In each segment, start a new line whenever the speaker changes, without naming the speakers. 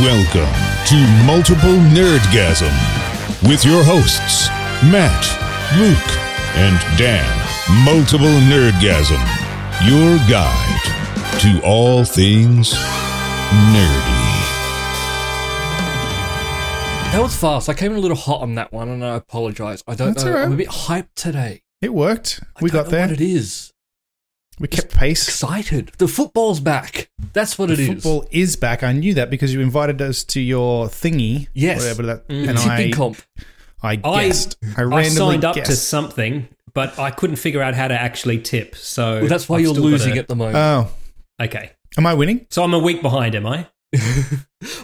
Welcome to Multiple Nerdgasm with your hosts, Matt, Luke, and Dan. Multiple Nerdgasm, your guide to all things nerdy.
That was fast. I came in a little hot on that one, and I apologize. I don't
That's
know.
all right.
I'm a bit hyped today.
It worked.
I
We
don't
got
know
there.
What it is?
We kept pace.
Excited. The football's back. That's what it is.
Football is back. I knew that because you invited us to your thingy.
Yes.
Whatever that,
Mm.
and I,
Tipping comp.
I
I-
guessed. I,
I
randomly
signed up
guessed.
to something, but I couldn't figure out how to actually tip. So
Well, that's why
I've
you're
still gotta-
losing at the moment.
Oh,
Okay,
am I winning?
so I'm a week behind, am I?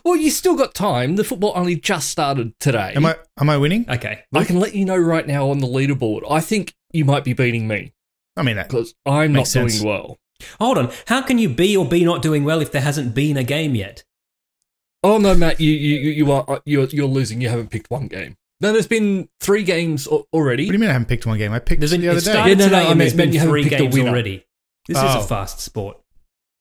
well, you still got time. The football only just started today.
Am I? Am I winning?
Okay,
I can let you know right now on the leaderboard. I think you might be beating me
I mean, uh, that,
because I'm
Makes
not
sense.
doing well.
hold on. How can you be or be not doing well if there hasn't been a game yet?
Oh no, Matt, you you you- you are uh, you're, you're losing. You haven't picked one game. No, there's been three games al- already.
what do you mean I haven't picked one game? I picked
There's been
the other
it
day.
started
Yeah, no, no,
today,
I mean,
and there's been
you haven't
three
picked a
games
winner.
already. This
Oh.
is a fast sport.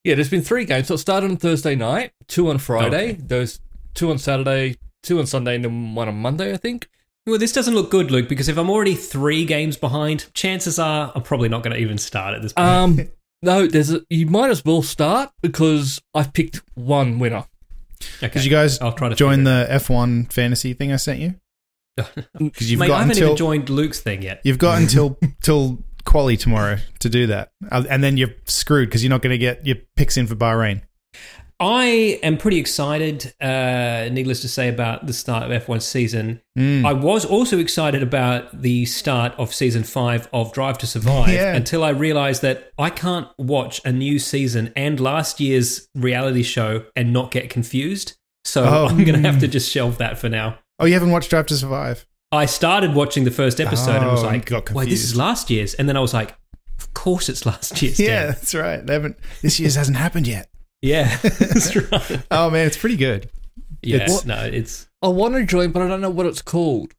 Yeah, there's been three games. So it started on Thursday night, two on Friday,
Okay.
there's two on Saturday, two on Sunday, and then one on Monday, I think.
Well, this doesn't look good, Luke, because if I'm already three games behind, chances are I'm probably not going to even start at this point.
Um, no, there's a, you might as well start because I've picked one winner.
okay.
Did you guys
I'll try to
join
figure
the F1 fantasy thing I sent you? Because you've
Mate,
got
I haven't
until
even joined Luke's thing yet.
you've got until till quali tomorrow to do that, Uh, and then you're screwed because you're not going to get your picks in for Bahrain.
I am pretty excited, uh, needless to say, about the start of F1 season.
Mm.
I was also excited about the start of season five of Drive to Survive
Yeah.
until I realized that I can't watch a new season and last year's reality show and not get confused. So
Oh.
I'm going to have to just shelve that for now.
Oh, you haven't watched Drive to Survive?
I started watching the first episode and was
Oh,
like,
got
wait, this
confused.
is last year's. And then I was like, of course it's last year's.
Yeah,
Dan.
that's right. They haven't. This year's hasn't happened yet.
Yeah. That's right.
Oh man, it's pretty good.
Yeah.
It's-
no, it's.
I want to join, but I don't know what it's called.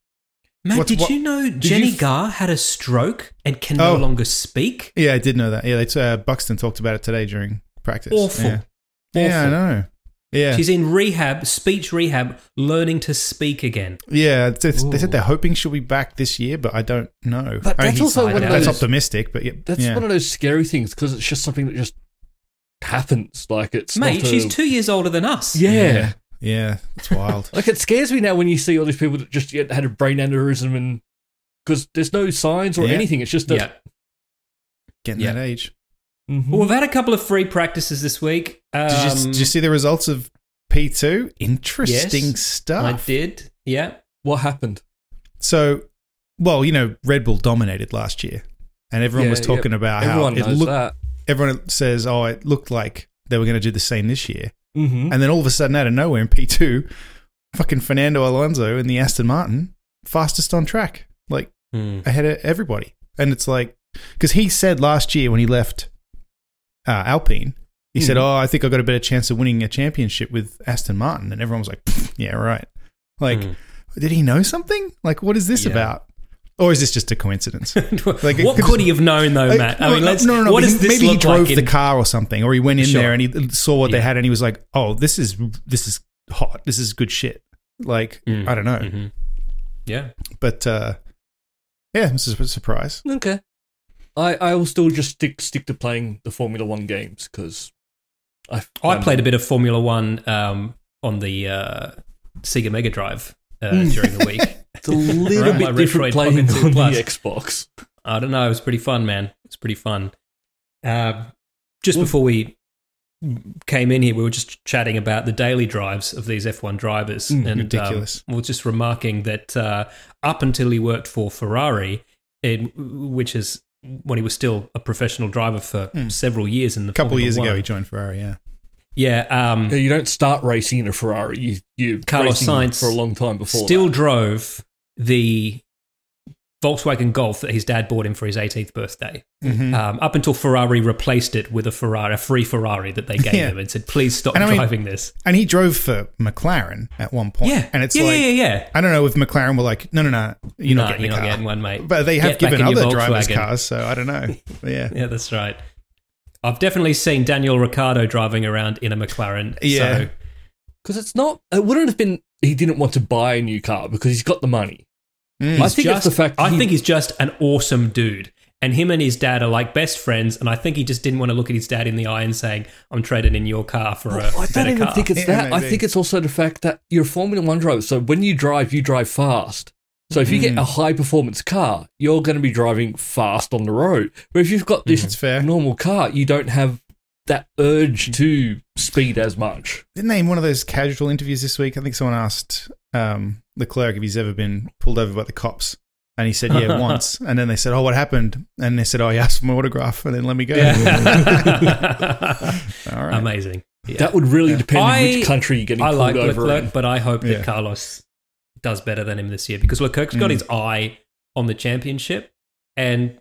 Matt,
What's-
did
what-
you know
you
Jenny
f-
Gar had a stroke and can
Oh.
no longer speak?
Yeah, I did know that. Yeah, that's, uh, Buxton talked about it today during practice.
Awful.
Yeah, yeah I
Awful.
know. Yeah,
She's in rehab, speech rehab, learning to speak again.
yeah. it's- it's- they
Ooh.
said they're hoping she'll be back this year, but I don't know.
But
I mean,
that's
he's-
also one
of
that's
those-
optimistic, but yeah,
That's
yeah.
one of those scary things because it's just something that just happens. Like it's
Mate,
not a-
she's two years older than us.
Yeah.
yeah, yeah. It's wild.
Like it scares me now when you see all these people that just yeah, had a brain aneurysm and because there's no signs or
Yeah.
anything. It's just that.
Yeah.
Getting
Yeah.
that age.
Mhm.
Well, we've had a couple of free practices this week. Um,
Did, you, did you see the results of P two? Interesting
Yes, I
stuff.
did. Yeah.
What happened?
So, well, you know, Red Bull dominated last year, and everyone
Yeah,
was talking
yeah.
about
Everyone
how it
knows
looked.
that.
Everyone says, "Oh, it looked like they were going to do the same this year."
Mm-hmm.
And then all of a sudden, out of nowhere in P2, fucking Fernando Alonso in the Aston Martin, fastest on track, like ahead of everybody. And it's like, because he said last year when he left uh, Alpine, he said,
Mhm.
Oh, I think I got a better chance of winning a championship with Aston Martin. And everyone was like, "Pfft, Yeah, right. Like,
Mm.
did he know something? Like, what is this
Yeah.
about? Or is this just a coincidence? Like, it
what
could
could he have known, though,
Uh,
Oh, Matt?
no,
I mean,
no,
let's,
no, no, no,
what
but
does
he-
this
maybe he
look
drove
like
the
in-
car or something, or he went in
Sure.
there and he saw what they
Yeah.
had, and he was like, "Oh, this is this is hot. This is good shit." Like
Mm.
I don't know,
Mhm. Yeah.
but uh, yeah, this is a surprise.
Okay. I, I will still just stick stick to playing the Formula One games because I
I played a bit of Formula One um, on the uh, Sega Mega Drive uh, during the week.
Hmm. It's a little
Right. My
bit
Red
different
Red
playing on
Pocket 2 Plus.
the Xbox.
I don't know. It was pretty fun, man. It was pretty fun. Uh, just
Well-
before we came in here, we were just chatting about the daily drives of these F1 drivers,
Mm,
and um,
ridiculous.
we were just remarking that uh, up until he worked for Ferrari, it, which is when he was still a professional driver for
Hmm.
Mm.
several years in the
A couple
Formula
years ago,
One.
he joined Ferrari. Yeah,
yeah, um,
Yeah, You don't start racing in a Ferrari. You you
Carlos
racing
Sainz
for a long time before.
still
that.
drove the Volkswagen Golf that his dad bought him for his 18th birthday.
Mm-hmm.
Um, up until Ferrari replaced it with a Ferrari, a free Ferrari that they gave
Yeah.
him, and said, "Please stop
And I mean-
driving this."
and he drove for McLaren at one point.
Yeah,
and it's
yeah,
like
yeah, yeah, yeah.
I don't know if McLaren were like, "No, no, no, you're
No,
not getting
you're
a
not
car."
getting one, mate.
But they have
Get back
given
in your
other drivers
Volkswagen.
cars, so I don't know. Yeah,
Yeah, that's right. I've definitely seen Daniel Ricciardo driving around in a McLaren.
Yeah.
So
Because it's not. It wouldn't have been. He didn't want to buy a new car because he's got the money. I
He's
think it's
just-
the fact.
I
he-
think he's just an awesome dude. And him and his dad are like best friends. And I think he just didn't want to look at his dad in the eye and saying, I'm trading in your car for a
Oh, I
better
don't even
car.
think it's
Yeah,
that. I
maybe.
think it's also the fact that you're a Formula One driver. So when you drive, you drive fast. So if you get
Mm.
a high performance car, you're going to be driving fast on the road. But if you've got this
That's fair.
normal car, you don't have that urge to speed as much.
Didn't they in one of those casual interviews this week? I think someone asked um, Leclerc if he's ever been pulled over by the cops. And he said, yeah, once. And then they said, oh, what happened? And they said, oh, he asked for my autograph and then let me go.
Yeah.
All right.
Amazing. Yeah.
That would really depend on
I-
which country you're getting
I
pulled
like
over
Leclerc,
in.
but I hope
Yeah.
that Carlos does better than him this year because Leclerc's got
Mm.
his eye on the championship, and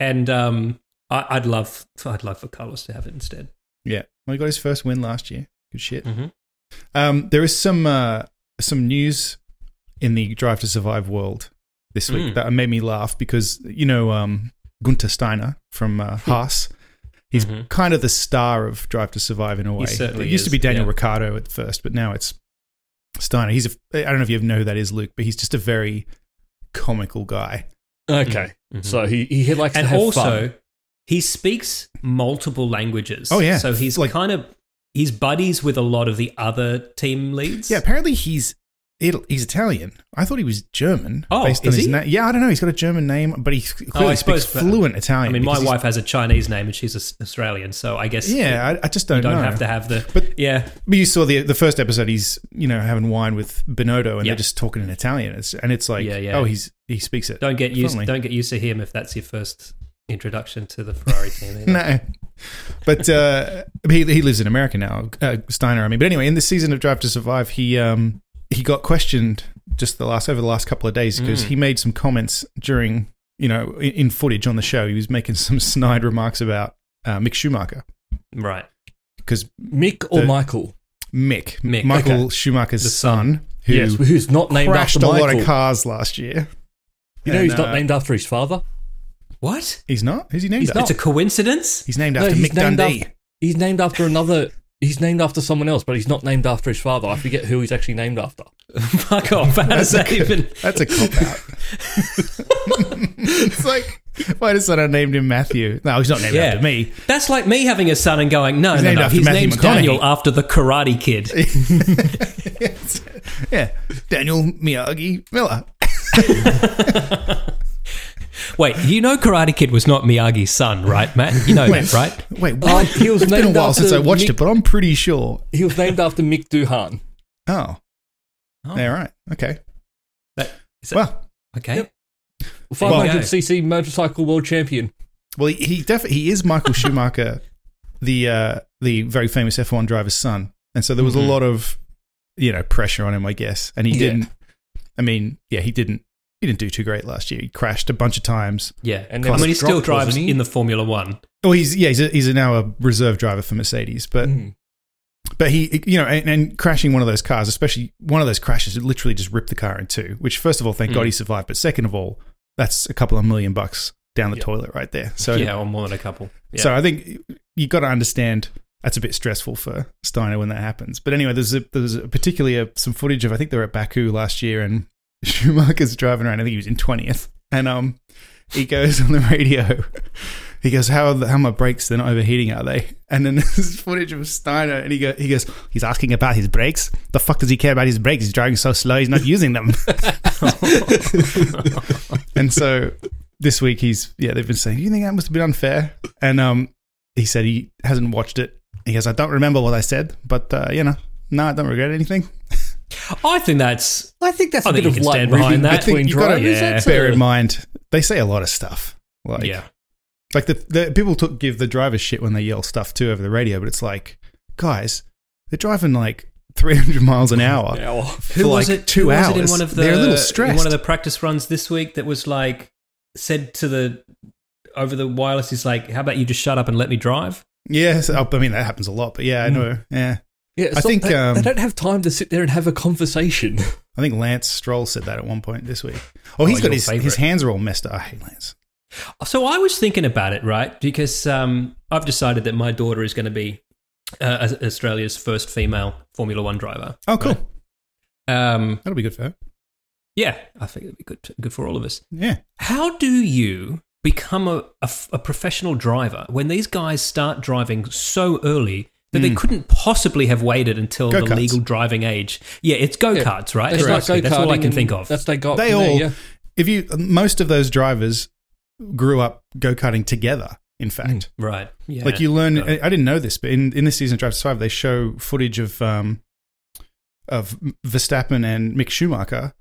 and um, I, I'd love I'd love for Carlos to have it instead.
Yeah. Well, he got his first win last year. Good shit.
Mm-hmm.
Mhm.
Um, there is some uh, some news in the Drive to Survive world this week
Mm.
that made me laugh because you know um, Gunter Steiner from uh,
Hmm.
Haas. He's
Mhm.
kind of the star of Drive to Survive in a way.
certainly
it used to be
is,
Daniel
yeah.
Ricciardo at first, but now it's Steiner. He's a I don't know if you know who that is, Luke, but he's just a very comical guy.
Okay. So he, he likes
Mm-hmm. and
to have
also
fun.
he speaks multiple languages.
Oh, yeah.
so he's
Like-
kind of he's buddies with a lot of the other team leads.
Yeah, apparently he's Ital- he's Italian. I thought he was German.
Oh,
based on
is
his
he?
na- yeah, I don't know. He's got a German name, but he
Oh,
clearly
I
speaks
suppose, but-
fluent
I
Italian.
mean, my
because he's-
wife has a Chinese name and she's Aus- Australian, so I guess
Yeah, I, I just don't,
you don't
know.
have to have the
But-
yeah.
But you saw the the first episode. He's you know having wine with Benotto, and
Yeah.
they're just talking in Italian. It's, and it's like,
Yeah, yeah.
oh, he's he speaks it.
Don't get used.
fluently.
Don't get used to him if that's your first introduction to the Ferrari team. either.
no. But uh, he he lives in America now, uh, Steiner. I mean, but anyway, in this season of Drive to Survive, he um he got questioned just the last over the last couple of days
Mm.
because he made some comments during you know in, in footage on the show. He was making some snide remarks about uh, Mick Schumacher
Right.
because
Mick or
the-
Michael?
Mick,
Mick,
Michael
okay.
Schumacher's
The son.
son, who
yes, who's not named
crashed
after
a
Michael.
lot of cars last year.
You know
And,
he's not
uh,
named after his father?
What?
He's not. Who's he named
He's
after?
It's a coincidence.
He's named
No,
after
he's
Mick
named
Dundee.
after- he's named after another. He's named after someone else, but he's not named after his father. I forget who he's actually named after.
Fuck off. How does that even?
That's a cop out. it's like, why does someone named him Matthew? No, he's not named
Yeah.
after me.
That's like me having a son and going, no, no,
named
no.
after
His
Matthew
name's
McConaughey.
Daniel after the Karate Kid.
yeah, Daniel Miyagi Miller.
Wait, you know Karate Kid was not Miyagi's son, right, Matt? You know that, right?
Wait, what?
Um, he was
it's been a
named
while since I
after
watched it,
Mick-
but I'm pretty sure.
He was named after Mick Doohan.
Oh,
Oh.
yeah, right, okay.
That- is that-
Well,
Okay.
Yep.
There you go.
500cc motorcycle world champion.
well, he, he definitely he is Michael Schumacher, the uh, the very famous F1 driver's son, and so there was
Mhm.
a lot of you know pressure on him, I guess, and he
Yeah.
didn't. I mean, yeah, he didn't. He didn't do too great last year. He crashed a bunch of times.
Yeah.
And
And
then
I mean, he
was
still
dropped,
drives
wasn't he?
in the Formula One.
Oh, he's yeah, he's, a, he's now a reserve driver for Mercedes, but
Mm.
but he you know and, and crashing one of those cars, especially one of those crashes, it literally just ripped the car in two. Which first of all, thank
Mm.
God he survived, but second of all, that's a couple of million bucks down the toilet right there. So
yeah, or more than a couple. Yeah.
so I think you got to understand that's a bit stressful for Steiner when that happens. But anyway, there's a, there's a, particularly a, some footage of I think they were at Baku last year and Schumacher's driving around. I think he was in twentieth, and um, he goes on the radio. He goes, "How are the, how are my brakes? They're not overheating, are they?" And then there's footage of Steiner, and he go, he goes, "He's asking about his brakes. The fuck does he care about his brakes? He's driving so slow. He's not using them." and so this week he's yeah they've been saying you think that must have been unfair and um he said he hasn't watched it he goes i don't remember what i said but uh, you know no i don't regret anything
I think that's.
I think that's a
I
bit
think you
of
can
light
stand behind
reading
that. I
think
between
you gotta-
drivers.
yeah.
That's
bear
a-
in mind they say a lot of stuff like
yeah.
like the, the people took give the drivers shit when they yell stuff too over the radio but it's like guys they're driving like 300 miles an hour
Yeah.
for like two
who was
hours
it in one of the,
they're a little
in
stressed
one of the practice runs this week that was like said to the over the wireless, he's like, "How about you just shut up and let me drive?"
yes oh, i mean that happens a lot but
Mm.
yeah i know yeah
Yeah, it's
I
not-
think,
they,
um,
they don't have time to sit there and have a conversation.
I think Lance Stroll said that at one point this week. Oh, he's got
Oh, your
his
favourite.
his hands are all messed up. I hate Lance.
So I was thinking about it, right? Because um, I've decided that my daughter is going to be uh, as Australia's first female Formula One driver.
Oh, cool.
Um,
That'll be good for her.
yeah, I think it'd be good, good for all of us.
Yeah.
How do you become a, a f- a professional driver when these guys start driving so early that they couldn't possibly have waited until the
Hmm. Go-karts.
legal driving age? Yeah, it's go karts, right?
That's,
Exactly.
like
That's all I
go-karting
can think
and
of.
That's they got.
They
from
all,
there, yeah.
if you, most of those drivers grew up go karting together, in fact.
right. Yeah.
Like you learn,
No.
I I didn't know this, but in, in this season of Drive to Survive, they show footage of um, of Verstappen and Mick Schumacher,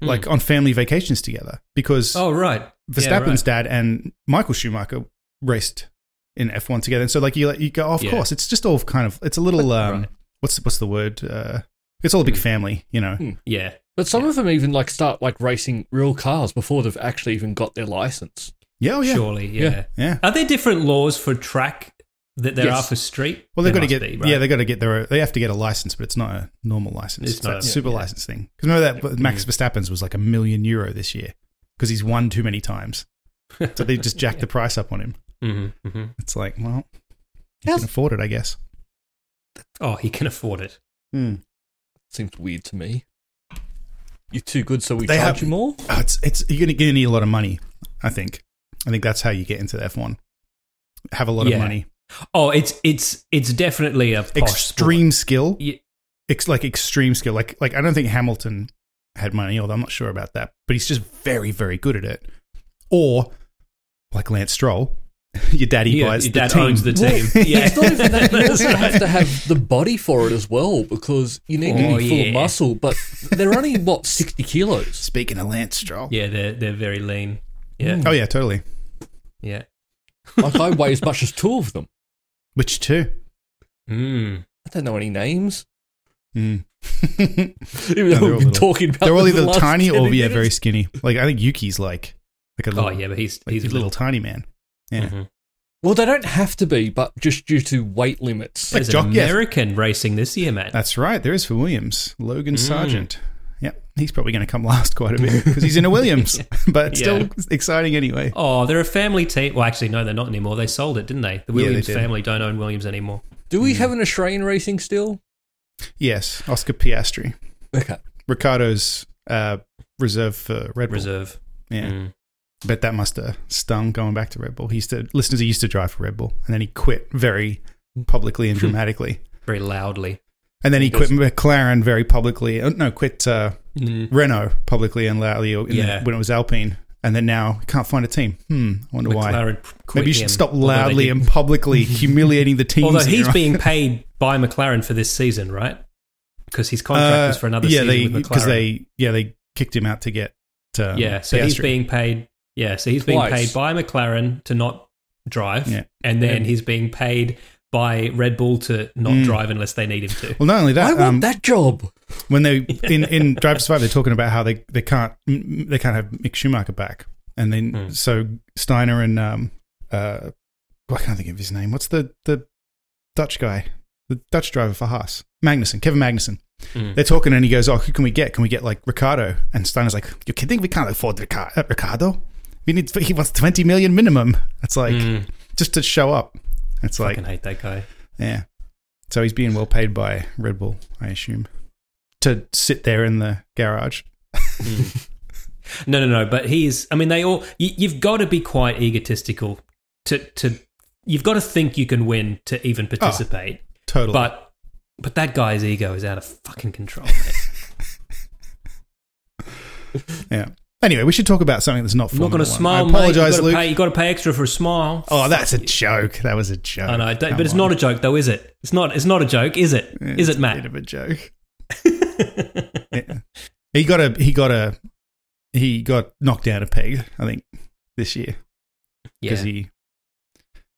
like on family vacations together, because
Oh, right.
Verstappen's
Yeah, right.
dad and Michael Schumacher raced in F one together, and so like you like, you go, oh, of
Yeah.
course, it's just all kind of it's a little um,
Right.
what's what's the word? Uh, it's all a big family, you know.
Yeah.
But some of them even like start like racing real cars before they've actually even got their license.
Yeah, oh, yeah,
Surely. Yeah.
Yeah.
yeah.
Are there different laws for track that there
Yes.
are for street?
Well, they've
There
got to
must
get
be, right?
yeah, they've got to get their own, they have to get a license, but it's not a normal license.
It's
It's,
not,
that
yeah,
super
yeah.
license thing. Because remember that Max Verstappen's was like a million euro this year because he's won too many times, so they just jacked the price up on him.
Mhm, mhm.
It's like, well, he
Yes.
can afford it, I guess.
Oh, he can afford it.
Seems weird to me. You're too good, so we
They
charge
have-
you more.
Oh, it's it's you're gonna, gonna need a lot of money. I think. I think that's how you get into the F one. Have a lot
Yeah.
of money,
Oh, it's it's it's definitely a posh sport.
extreme skill,
Ye-
ex- like extreme skill. Like like I don't think Hamilton had money, although I'm not sure about that. But he's just very very good at it. Or like Lance Stroll, your daddy
yeah,
buys
your
the
dad
team.
owns the team. yeah.
It's not even that. You also have to have the body for it as well because you need to
Oh,
be full
yeah.
of muscle. But they're only what sixty kilos.
Speaking of Lance Stroll,
Yeah, they're they're very lean. Yeah,
oh yeah, totally.
yeah.
Like I weigh as much as two of them.
Which two?
Mm.
I don't know any names.
Mm.
Even
No,
though
they're all
we've been
little.
talking
Oh,
about
They're all
them
either
the last
tiny
10
or yeah,
minutes.
very skinny. Like I think Yuki's like like a little,
Oh yeah, but he's
like
he's
a little, tiny man. Yeah.
Mhm.
Well, they don't have to be, but just due to weight limits.
Like
There's
Jock-
an
yes.
American racing this year, man.
That's right. There is for Williams, Logan
Mm.
Sargent. Yep, he's probably going to come last quite a bit because he's in a Williams, but it's
Yeah.
still exciting anyway.
Oh, they're a family team. Well, actually, no, they're not anymore. They sold it, didn't they? The
Yeah, they
Williams
did.
family don't own Williams anymore.
Do
mm.
we have an Australian racing still?
Yes, Oscar Piastri,
Okay.
Ricardo's uh, reserve for Red Bull.
Reserve.
Yeah,
Mm.
but that must have stung going back to Red Bull. He used to listeners. He used to drive for Red Bull, and then he quit very publicly and dramatically.
Very loudly.
And then he quit McLaren very publicly. Oh, No, quit uh,
Mm.
Renault publicly and loudly in the-
Yeah.
when it was Alpine. And then now can't find a team. Hmm, I wonder why.
McLaren p- quit
Maybe you should
him,
stop
although they
loudly
did-
and publicly humiliating the teams.
Although
that
he's
you're
being paid by McLaren for this season, right? Because his
on.
contract was for another
Uh, yeah,
season
they,
with McLaren.
Because they, yeah, they kicked him out to get. Um,
yeah, so he's
Piastri.
being paid. Yeah, so he's being
Twice.
paid by McLaren to not drive,
Yeah.
and then
And-
he's being paid by Red Bull to not
Mm.
drive unless they need him to.
Well, not only
I
that,
want
um,
that job.
when they in in Drive to Survive, they're talking about how they, they can't mm, they can't have Mick Schumacher back, and then
Mm.
so Steiner and um uh, well, I can't think of his name. What's the the Dutch guy, the Dutch driver for Haas, Magnussen, Kevin Magnussen.
Mm.
They're talking, and he goes, "Oh, who can we get? Can we get like Ricardo?" And Steiner's like, "You kidding? We can't afford Rica- uh, Ricardo. We need he wants twenty million minimum. It's like
Mm.
just to show up. It's
I
like
fucking hate that guy.
yeah. So he's being well paid by Red Bull, I assume, to sit there in the garage.
No, no, no. But he's. I mean, they all. You, you've got to be quite egotistical to to. You've got to think you can win to even
Ah.
participate.
Totally.
but but that guy's ego is out of fucking control. mate.
yeah. Anyway, we should talk about something that's not.
I'm not
going to
smile.
I apologize,
mate.
Luke.
You got to pay extra for a smile.
Oh, that's a joke. That was a joke.
I know, I don't-
Come
but it's
on.
not a joke, though, is it? It's not. It's not a joke, is it?
Yeah,
Is
it's
it,
A bit
Matt?
of a joke. Yeah. He got a. He got a. He got knocked down a peg. I think this year
Yeah.
because he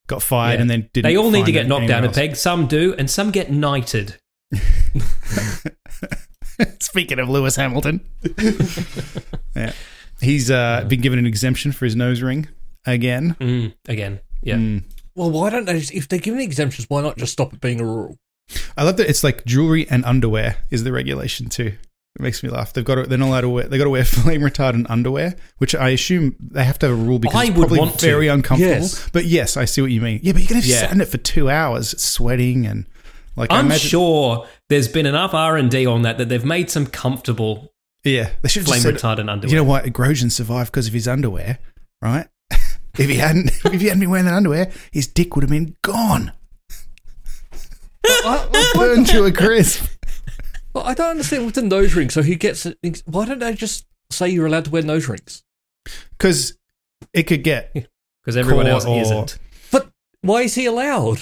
got fired
Yeah.
and then didn't.
They all need to
find
get knocked
anywhere
down a
else.
peg. Some do, and some get knighted.
Speaking of Lewis Hamilton, yeah, he's uh, been given an exemption for his nose ring again.
Mm, again. Yeah.
Mm.
Well, why don't they? Just, if they're giving exemptions, why not just stop it being a rule?
I love that it's like jewelry and underwear is the regulation too. It makes me laugh. They've got to, they're not allowed to wear. They got to wear flame retardant underwear, which I assume they have to have a rule because
I
it's
would
probably
want to.
very uncomfortable.
Yes.
But yes, I see what you mean. Yeah, but you're gonna have to
Yeah.
sit in it for two hours, sweating and Like I
I'm
imagine-
sure there's been enough R and D on that that they've made some comfortable
Yeah, they should
flame
just said,
retardant underwear.
You know what? Grosjean survived because of his underwear, right? if he hadn't, if he hadn't been wearing that underwear, his dick would have been gone, burned to a crisp.
But I don't understand with the nose ring. So he gets. it- Why don't they just say you're allowed to wear nose rings?
Because it could get
because everyone
Core
else
or-
isn't.
But why is he allowed?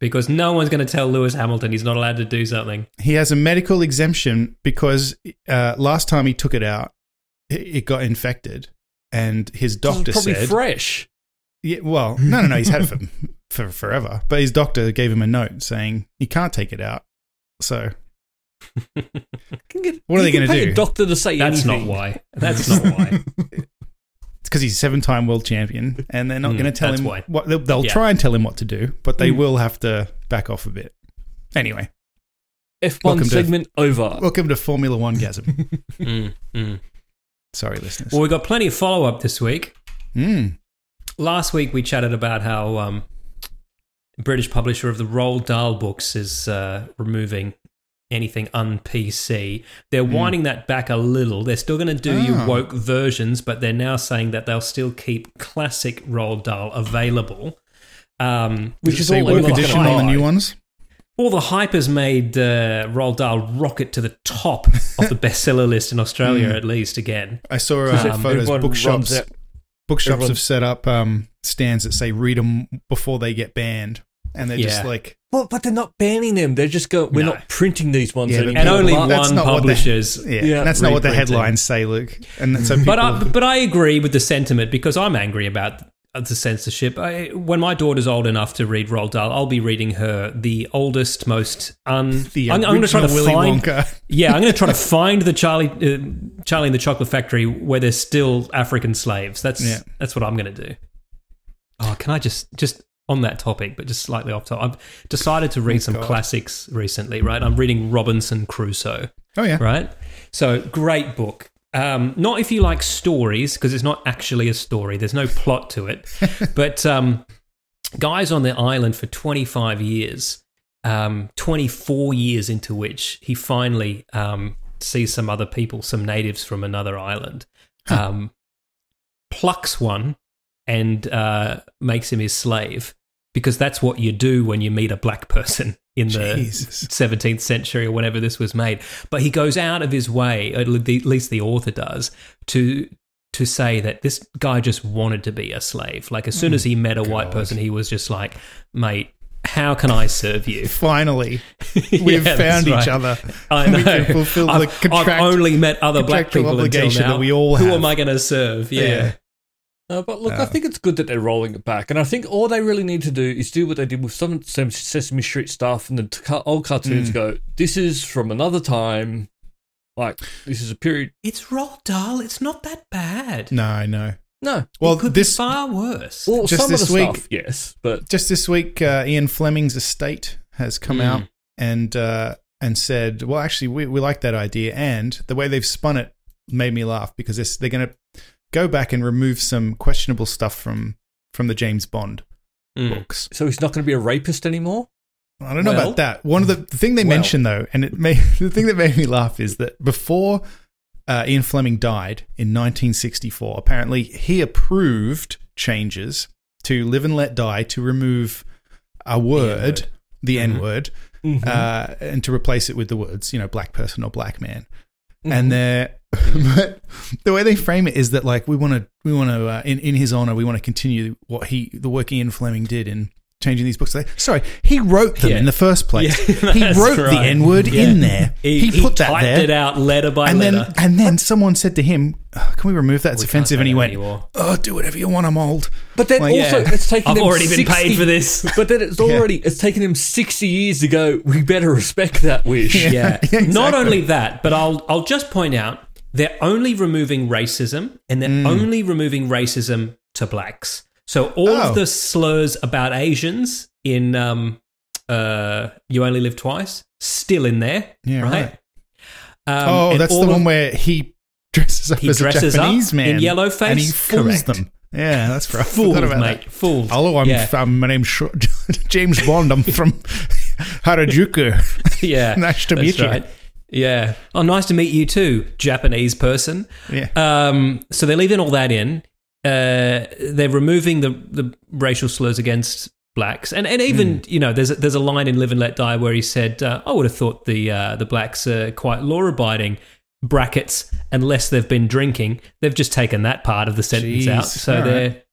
Because no one's going to tell Lewis Hamilton he's not allowed to do something.
he has a medical exemption because uh, last time he took it out, it, it got infected, and his doctor
This is probably
said,
fresh.
yeah, "Well, no, no, no, he's had it for, for forever." But his doctor gave him a note saying he can't take it out. So
Can get-
What are
you
they
can
gonna
pay
do?
A doctor to say
That's not
anything.
why. That's not why.
it's because he's a seven-time world champion, and they're not
Mm,
going to tell
that's
him
why.
what they'll, they'll
Yeah. Hmm.
try and tell him what to do, but they will have to back off a bit. Anyway,
F1
Welcome to-
segment over.
welcome to Formula One gasm.
Mm, mm.
Sorry, listeners.
Well, we got plenty of follow up this week.
Mm.
Last week we chatted about how um, British publisher of the Roald Dahl books is uh, removing anything un-PC. They're winding that back a little. They're still going to do your
Ah.
woke versions, but they're now saying that they'll still keep classic Roald Dahl available. Um,
Which
Does it
is
say
all
work
I'm not
edition
gonna
on the
buy.
new ones.
all the hype has made uh, Roald Dahl rocket to the top of the bestseller list in Australia, at least again.
I saw
Because
uh,
if
photos.
everyone runs
Bookshops,
out-
bookshops
everyone-
have set up um, stands that say "read them before they get banned," and they're just
Yeah.
like,
Well, but they're not banning them. They're just going. We're
No.
not printing these ones
Yeah, but
anymore.
And only
But-
that's
one
not what they-
publishes.
"Yeah,
Yeah.
that's not what the
Reprinting.
headlines say, Luke." And so people,
But I, but I agree with the sentiment because I'm angry about the censorship. I, when my daughter's old enough to read Roald Dahl, I'll be reading her the oldest, most un.
the uh,
I'm,
original
I'm going to try to
Willy
find.
Wonka.
Yeah, I'm going to try to find the Charlie uh, Charlie and the Chocolate Factory where there's still African slaves. That's
Yeah.
that's what I'm going to do. Oh, can I just just on that topic, but just slightly off topic? I've decided to read some
Oh God.
classics recently. Right, I'm reading Robinson Crusoe
Oh yeah,
right? So great book. Um, not if you like stories, because it's not actually a story. There's no plot to it. but um, guys on the island for 25 years, um, 24 years into which he finally um, sees some other people, some natives from another island,
Hmm.
um, plucks one and uh, makes him his slave, because that's what you do when you meet a black person in the
Jesus.
17th century or whenever this was made. But he goes out of his way, at le- at least the author does, to to say that this guy just wanted to be a slave. Like as soon
Hmm.
as he met a white person, he was just like, "Mate, how can I serve you?"
Finally, we've
Yeah, that's
found each
right.
other.
I
And
know.
we can fulfill the
I've,
contract-
I've only met other black
contractual
people
obligation
until now.
that we all
Who
have.
am I going to serve? Yeah.
Yeah.
Uh, but look, I
Uh,
think it's good that they're rolling it back, and I think all they really need to do is do what they did with some, some Sesame Street stuff and the t- ca- old cartoons.
Mm.
Go, this is from another time. Like this is a period.
It's Roald Dahl. It's not that bad.
No, no.
No,
Mm. Well,
it could
this
be far worse.
well,
Just
some of
this
the
week-
stuff, yes, but
just this week, uh, Ian Fleming's estate has come
Mm.
out and uh, and said, "Well, actually, we, we like that idea." And the way they've spun it made me laugh because it's, they're going to go back and remove some questionable stuff from from the James Bond
Mm.
books.
so he's not going to be a rapist anymore.
I don't know
Well-
about that. One of the, the thing they
Well.
mentioned though, and it made, the thing that made me laugh is that before uh, Ian Fleming died in 1964, apparently he approved changes to "Live and Let Die" to remove a word, the
Mm-hmm.
N word, uh, and to replace it with the words, you know, black person or black man.
Mm-hmm.
Mm-hmm.
And they're, but the way they frame it is that like we want to, we want to, uh, in in his honor, we want to continue what he, the work Ian Fleming did in changing these books. They, sorry, he wrote them
Yeah.
in the first place.
Yeah,
he
that's
wrote the
right.
N word
Yeah.
in there.
He,
He,
he
put that
typed
there.
it out letter by
and
letter.
then, and then someone said to him, "Oh, "Can we remove that? It's
We can't
offensive."
do
And he
that
went,
anymore. Um,
"Oh, do whatever you want. I'm old."
But then
Like,
also,
yeah.
it's taken.
I've
them
already been
60
paid for this.
But then it's already it's taken him sixty years to go. We better respect that wish.
yeah.
Yeah,
Not
exactly.
only that, but I'll I'll just point out they're only removing racism and they're
Mm.
only removing racism to blacks. So all
Oh.
of the slurs about Asians in um uh You Only Live Twice still in there.
Yeah,
right.
right.
Um,
oh,
and
that's
all
the
of-
one where he dresses up
He
as
dresses
a
up
Japanese
in
man
yellow face?
and he fools
Correct.
them. Yeah, that's right. I forgot
fooled,
about
mate.
that.
Fooled.
Hello, I'm,
Yeah.
I'm my name's Sh- James Bond. I'm from Harajuku.
yeah.
Nice to
that's
meet you.
Yeah. Oh, nice to meet you too, Japanese person.
Yeah.
Um, so they're leaving all that in. Uh, they're removing the, the racial slurs against blacks, and and even
Hmm.
you know there's a, there's a line in Live and Let Die where he said, uh, "I would have thought the uh, the blacks are quite law abiding." Brackets, unless they've been drinking, they've just taken that part of the sentence
Jeez.
out. So
All right.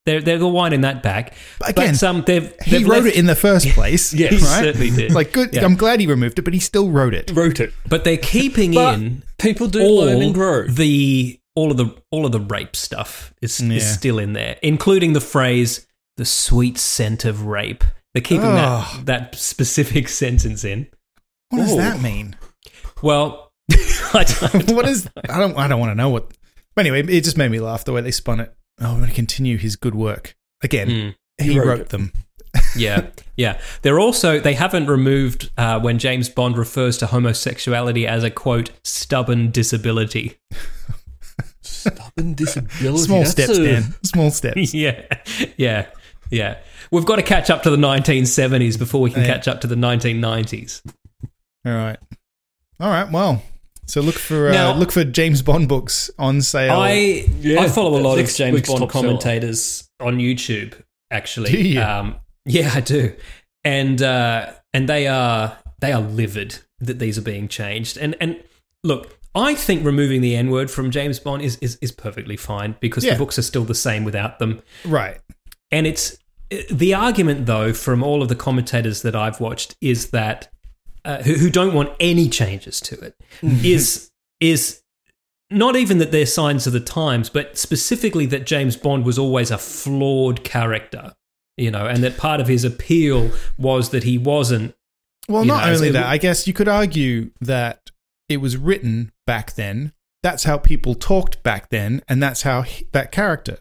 they're they're they're whining that back.
But again,
um, they've,
he
they've
wrote it
left-
in the first place.
Yes,
He
right?
certainly did.
Like, good.
Yeah.
I'm glad he removed it, but he still wrote it.
Wrote it.
but they're keeping
But
in
people do
all
learn and grow.
the all of the all of the rape stuff is,
Yeah.
is still in there, including the phrase "the sweet scent of rape." They're keeping
Ugh.
that that specific sentence in.
What does
Ooh.
that mean?
Well, I don't,
what is? I don't. I don't want to know what. But anyway, it just made me laugh the way they spun it. Oh, I'm going to continue his good work again.
Mm,
He
wrote
wrote,
it.
them.
yeah, yeah. They're also they haven't removed uh, when James Bond refers to homosexuality as a quote stubborn disability.
Stubborn disability.
Small
That's
steps,
a-
Dan. Small steps.
yeah, yeah, yeah. We've got to catch up to the 1970s before we can
Yeah.
catch up to the 1990s.
All right. All right. Well, so look for uh,
Now-
look for James Bond books on sale.
I
Yeah,
I follow a lot of
next
James
week's
Bond
top seller.
commentators on YouTube. Actually,
Do you?
Um, yeah, I do, and uh, and they are they are livid that these are being changed. And and look, I think removing the N word from James Bond is is, is perfectly fine because
Yeah.
the books are still the same without them.
right.
And it's the argument, though, from all of the commentators that I've watched is that uh, who, who don't want any changes to it is is not even that they're signs of the times, but specifically that James Bond was always a flawed character, you know, and that part of his appeal was that he wasn't.
Well,
You
not
know,
only
so-
that, I guess you could argue that it was written back then. That's how people talked back then, and that's how he, that character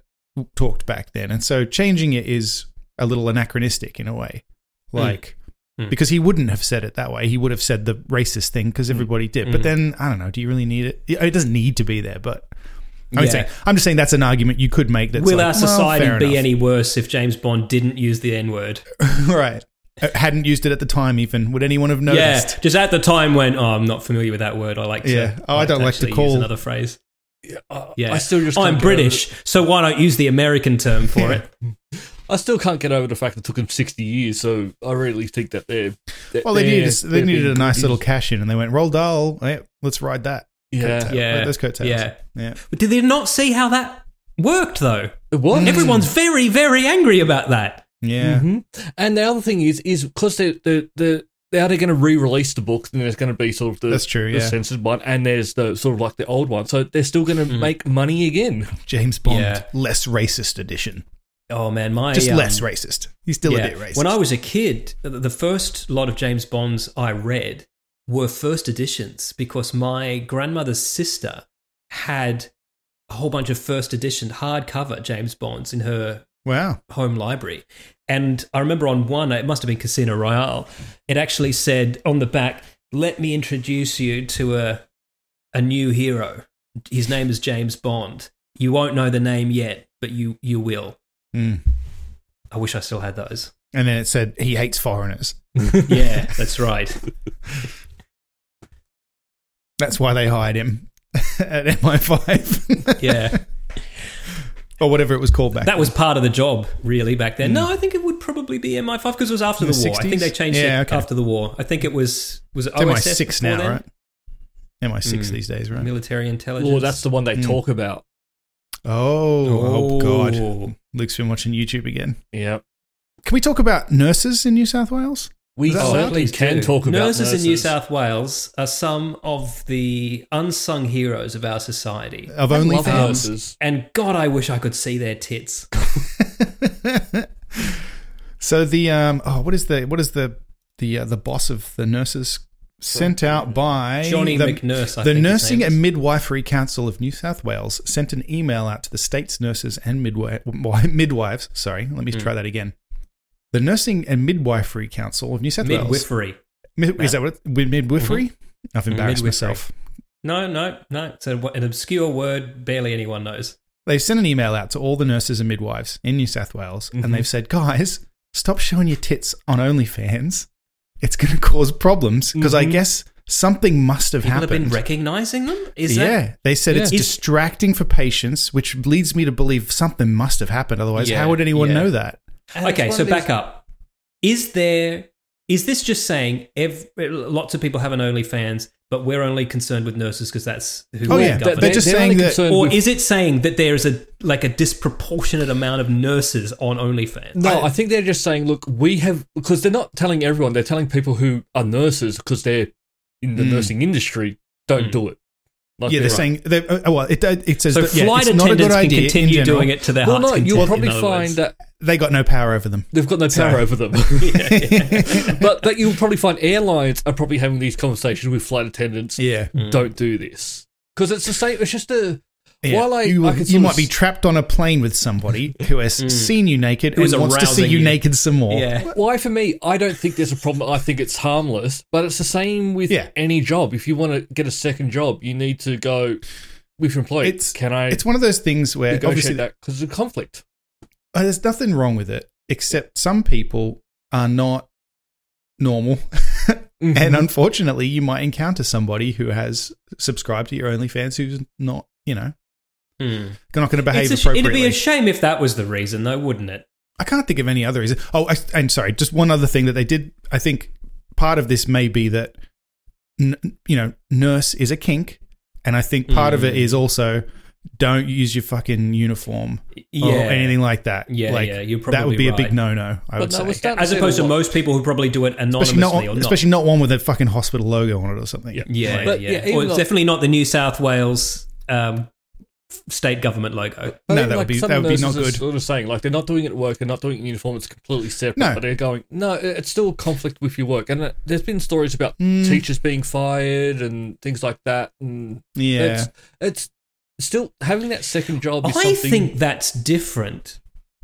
talked back then. And so changing it is a little anachronistic in a way.
Hmm.
Like,
Mm.
because he wouldn't have said it that way. He would have said the racist thing
Hmm.
because everybody did. But then, I don't know, do you really need it? oh, It doesn't need to be there, but. I'm,
Yeah.
saying, I'm just saying that's an argument you could make. That's
Will
like,
our
well,
society
fair
be
enough.
any worse if James Bond didn't use the N word?
right? Uh, Hadn't used it at the time. Even would anyone have
Yeah,
noticed?
just at the time when oh, I'm not familiar with that word. I like to.
Yeah. Oh, I don't like to
actually use
call-
another phrase.
I-
Yeah,
I still just.
I'm
can't get over
British,
the-
so why not use the American term for it?
I still can't get over the fact it took him 60 years. So I really think that they're. that
Well, they
they're-
needed they
they're
needed
being
a nice
British.
little cash in, and they went roll doll. eh, let's ride that.
Yeah,
coattail.
Yeah.
Ride those coattails.
Yeah.
yeah.
But did they not see how that worked though?
it
Mm.
was.
Everyone's very, very angry about that.
Yeah.
Mm-hmm.
Mhm. And the other thing is, is because they're, they're, they're, they're either going to re-release the book, and there's going to be sort of the,
That's true,
the
yeah.
censored one, and there's the sort of like the old one. So they're still going to
Mm.
make money again.
James Bond,
Yeah.
less racist edition,
Oh man, my
just
um,
less racist. He's still
yeah.
a bit racist.
When I was a kid, the- the first lot of James Bonds I read were first editions because my grandmother's sister had a whole bunch of first edition hardcover James Bonds in her
wow,
home library. And I remember on one, it must have been Casino Royale, it actually said on the back, let me introduce you to a, a new hero. His name is James Bond. You won't know the name yet, but you, you will.
Mm.
I wish I still had those.
and then it said he hates foreigners.
Yeah, that's right.
That's why they hired him at MI5
Yeah.
or whatever it was called back.
That was part of the job, really, back then. No, I think it would probably be MI5 because it was after
Hmm. In
the,
the
war. I think
60s?
they changed
Yeah,
it
okay.
after the war. I think it was was it
then.
OSS
It's MI6
before
now,
then?
right? MI6
Mm.
these days, right?
Military intelligence.
Well, that's the one they
Mm.
talk about.
Oh, oh god,
Oh.
Luke's been watching YouTube again.
Yeah,
Can we talk about nurses in New South Wales?
we
Is that
certainly
Oh, Please
can
do.
talk about
nurses, in New South Wales are some of the unsung heroes of our society. Um,
Of
I love
OnlyFans.
nurses.
And God, I wish I could see their tits.
so the um oh what is the what is the the uh, the boss of the nurses sent out by
Johnny
the,
McNurse, I
the
think his
Nursing
name is.
and Midwifery Council of New South Wales sent an email out to the state's nurses and midwi- wi- midwives. Sorry, let
Hmm.
me try that again. The Nursing and Midwifery Council of New South Wales.
Midwifery. Mm-hmm.
Mid- is that what it, midwifery? I've embarrassed
Midwifery.
myself.
No, no, no. It's a, an obscure word barely anyone knows.
they've sent an email out to all the nurses and
Mm-hmm.
midwives in New South Wales, and they've said, guys, stop showing your tits on OnlyFans. it's going to cause problems because I guess something must have
Mm-hmm. People have
happened.
been recognizing them. Is
yeah,
that
they said it's
Yeah. Is-
distracting for patients, which leads me to believe something must have happened. Otherwise,
Yeah,
how would anyone
yeah.
know that?
And it's
okay?
one
So
of these-
back up. Is there? Is this just saying ev- lots of people have an OnlyFans, but we're only concerned with nurses because that's who
Oh,
we
yeah,
govern?
they're just saying
only
that-
concerned
or
with-
is it saying that there is a like a disproportionate amount of nurses on OnlyFans?
No, I, think they're just saying, look, we have because they're not telling everyone; they're telling people who are nurses because they're in the
Mm.
nursing industry. Don't
Mm.
do it. Like,
yeah, they're saying they, uh, well, it, it says
So
that, yeah,
flight
it's not a good
attendants can
idea. in
continue
general.
doing it to their
Well,
hearts.
no, you'll
content,
probably
in other
find uh,
words.
that
They got no power over them.
they've got no power
Sorry.
over them. but that you'll probably find airlines are probably having these conversations with flight attendants.
yeah,
Mm.
Don't do this because it's the same. It's just a.
yeah.
While I,
you,
I
will-
can
you
sort
might
of
be trapped on a plane with somebody who has seen you naked
Mm. Who
and
is
wants to see
arousing
you,
you.
naked some more.
yeah,
Why for me, I don't think there's a problem. I think it's harmless, but it's the same with
Yeah.
any job. If you want to get a second job, you need to go with your employer.
It's-
Can I
It's one of those things where obviously
negotiate that because of conflict?
Uh, there's nothing wrong with it, except some people are not normal.
Mm-hmm.
and unfortunately, you might encounter somebody who has subscribed to your OnlyFans who's not, you know,
Hmm.
not going to behave
It's a sh- it'd
appropriately.
be a shame if that was the reason, though, wouldn't it?
I can't think of any other reason. Oh, I, I'm sorry. Just one other thing that they did. I think part of this may be that, n- you know, nurse is a kink. And I think part of it
Hmm.
is also don't use your fucking uniform or Oh, anything like that.
Yeah,
like,
yeah, you're
That would
probably
be a
right.
big no no, I
But
would
no,
say.
it's not-
As opposed to most people who probably do it anonymously
especially not,
or
one,
not.
especially not one with a fucking hospital logo on it or something.
Yeah.
yeah,
But,
yeah.
yeah, even
or it's
like-
definitely not the New South Wales um, state government logo.
But
No,
even,
that would
like,
be-
some
that would be
nurses
not
are
good.
Sort of saying like they're not doing it at work, they're not doing it in uniform. It's completely separate.
No.
but they're going no. it- It's still conflict with your work, and uh, there's been stories about
Hmm.
teachers being fired and things like that. And
Yeah.
it's, it's still having that second job. Is
I
something,
think that's different.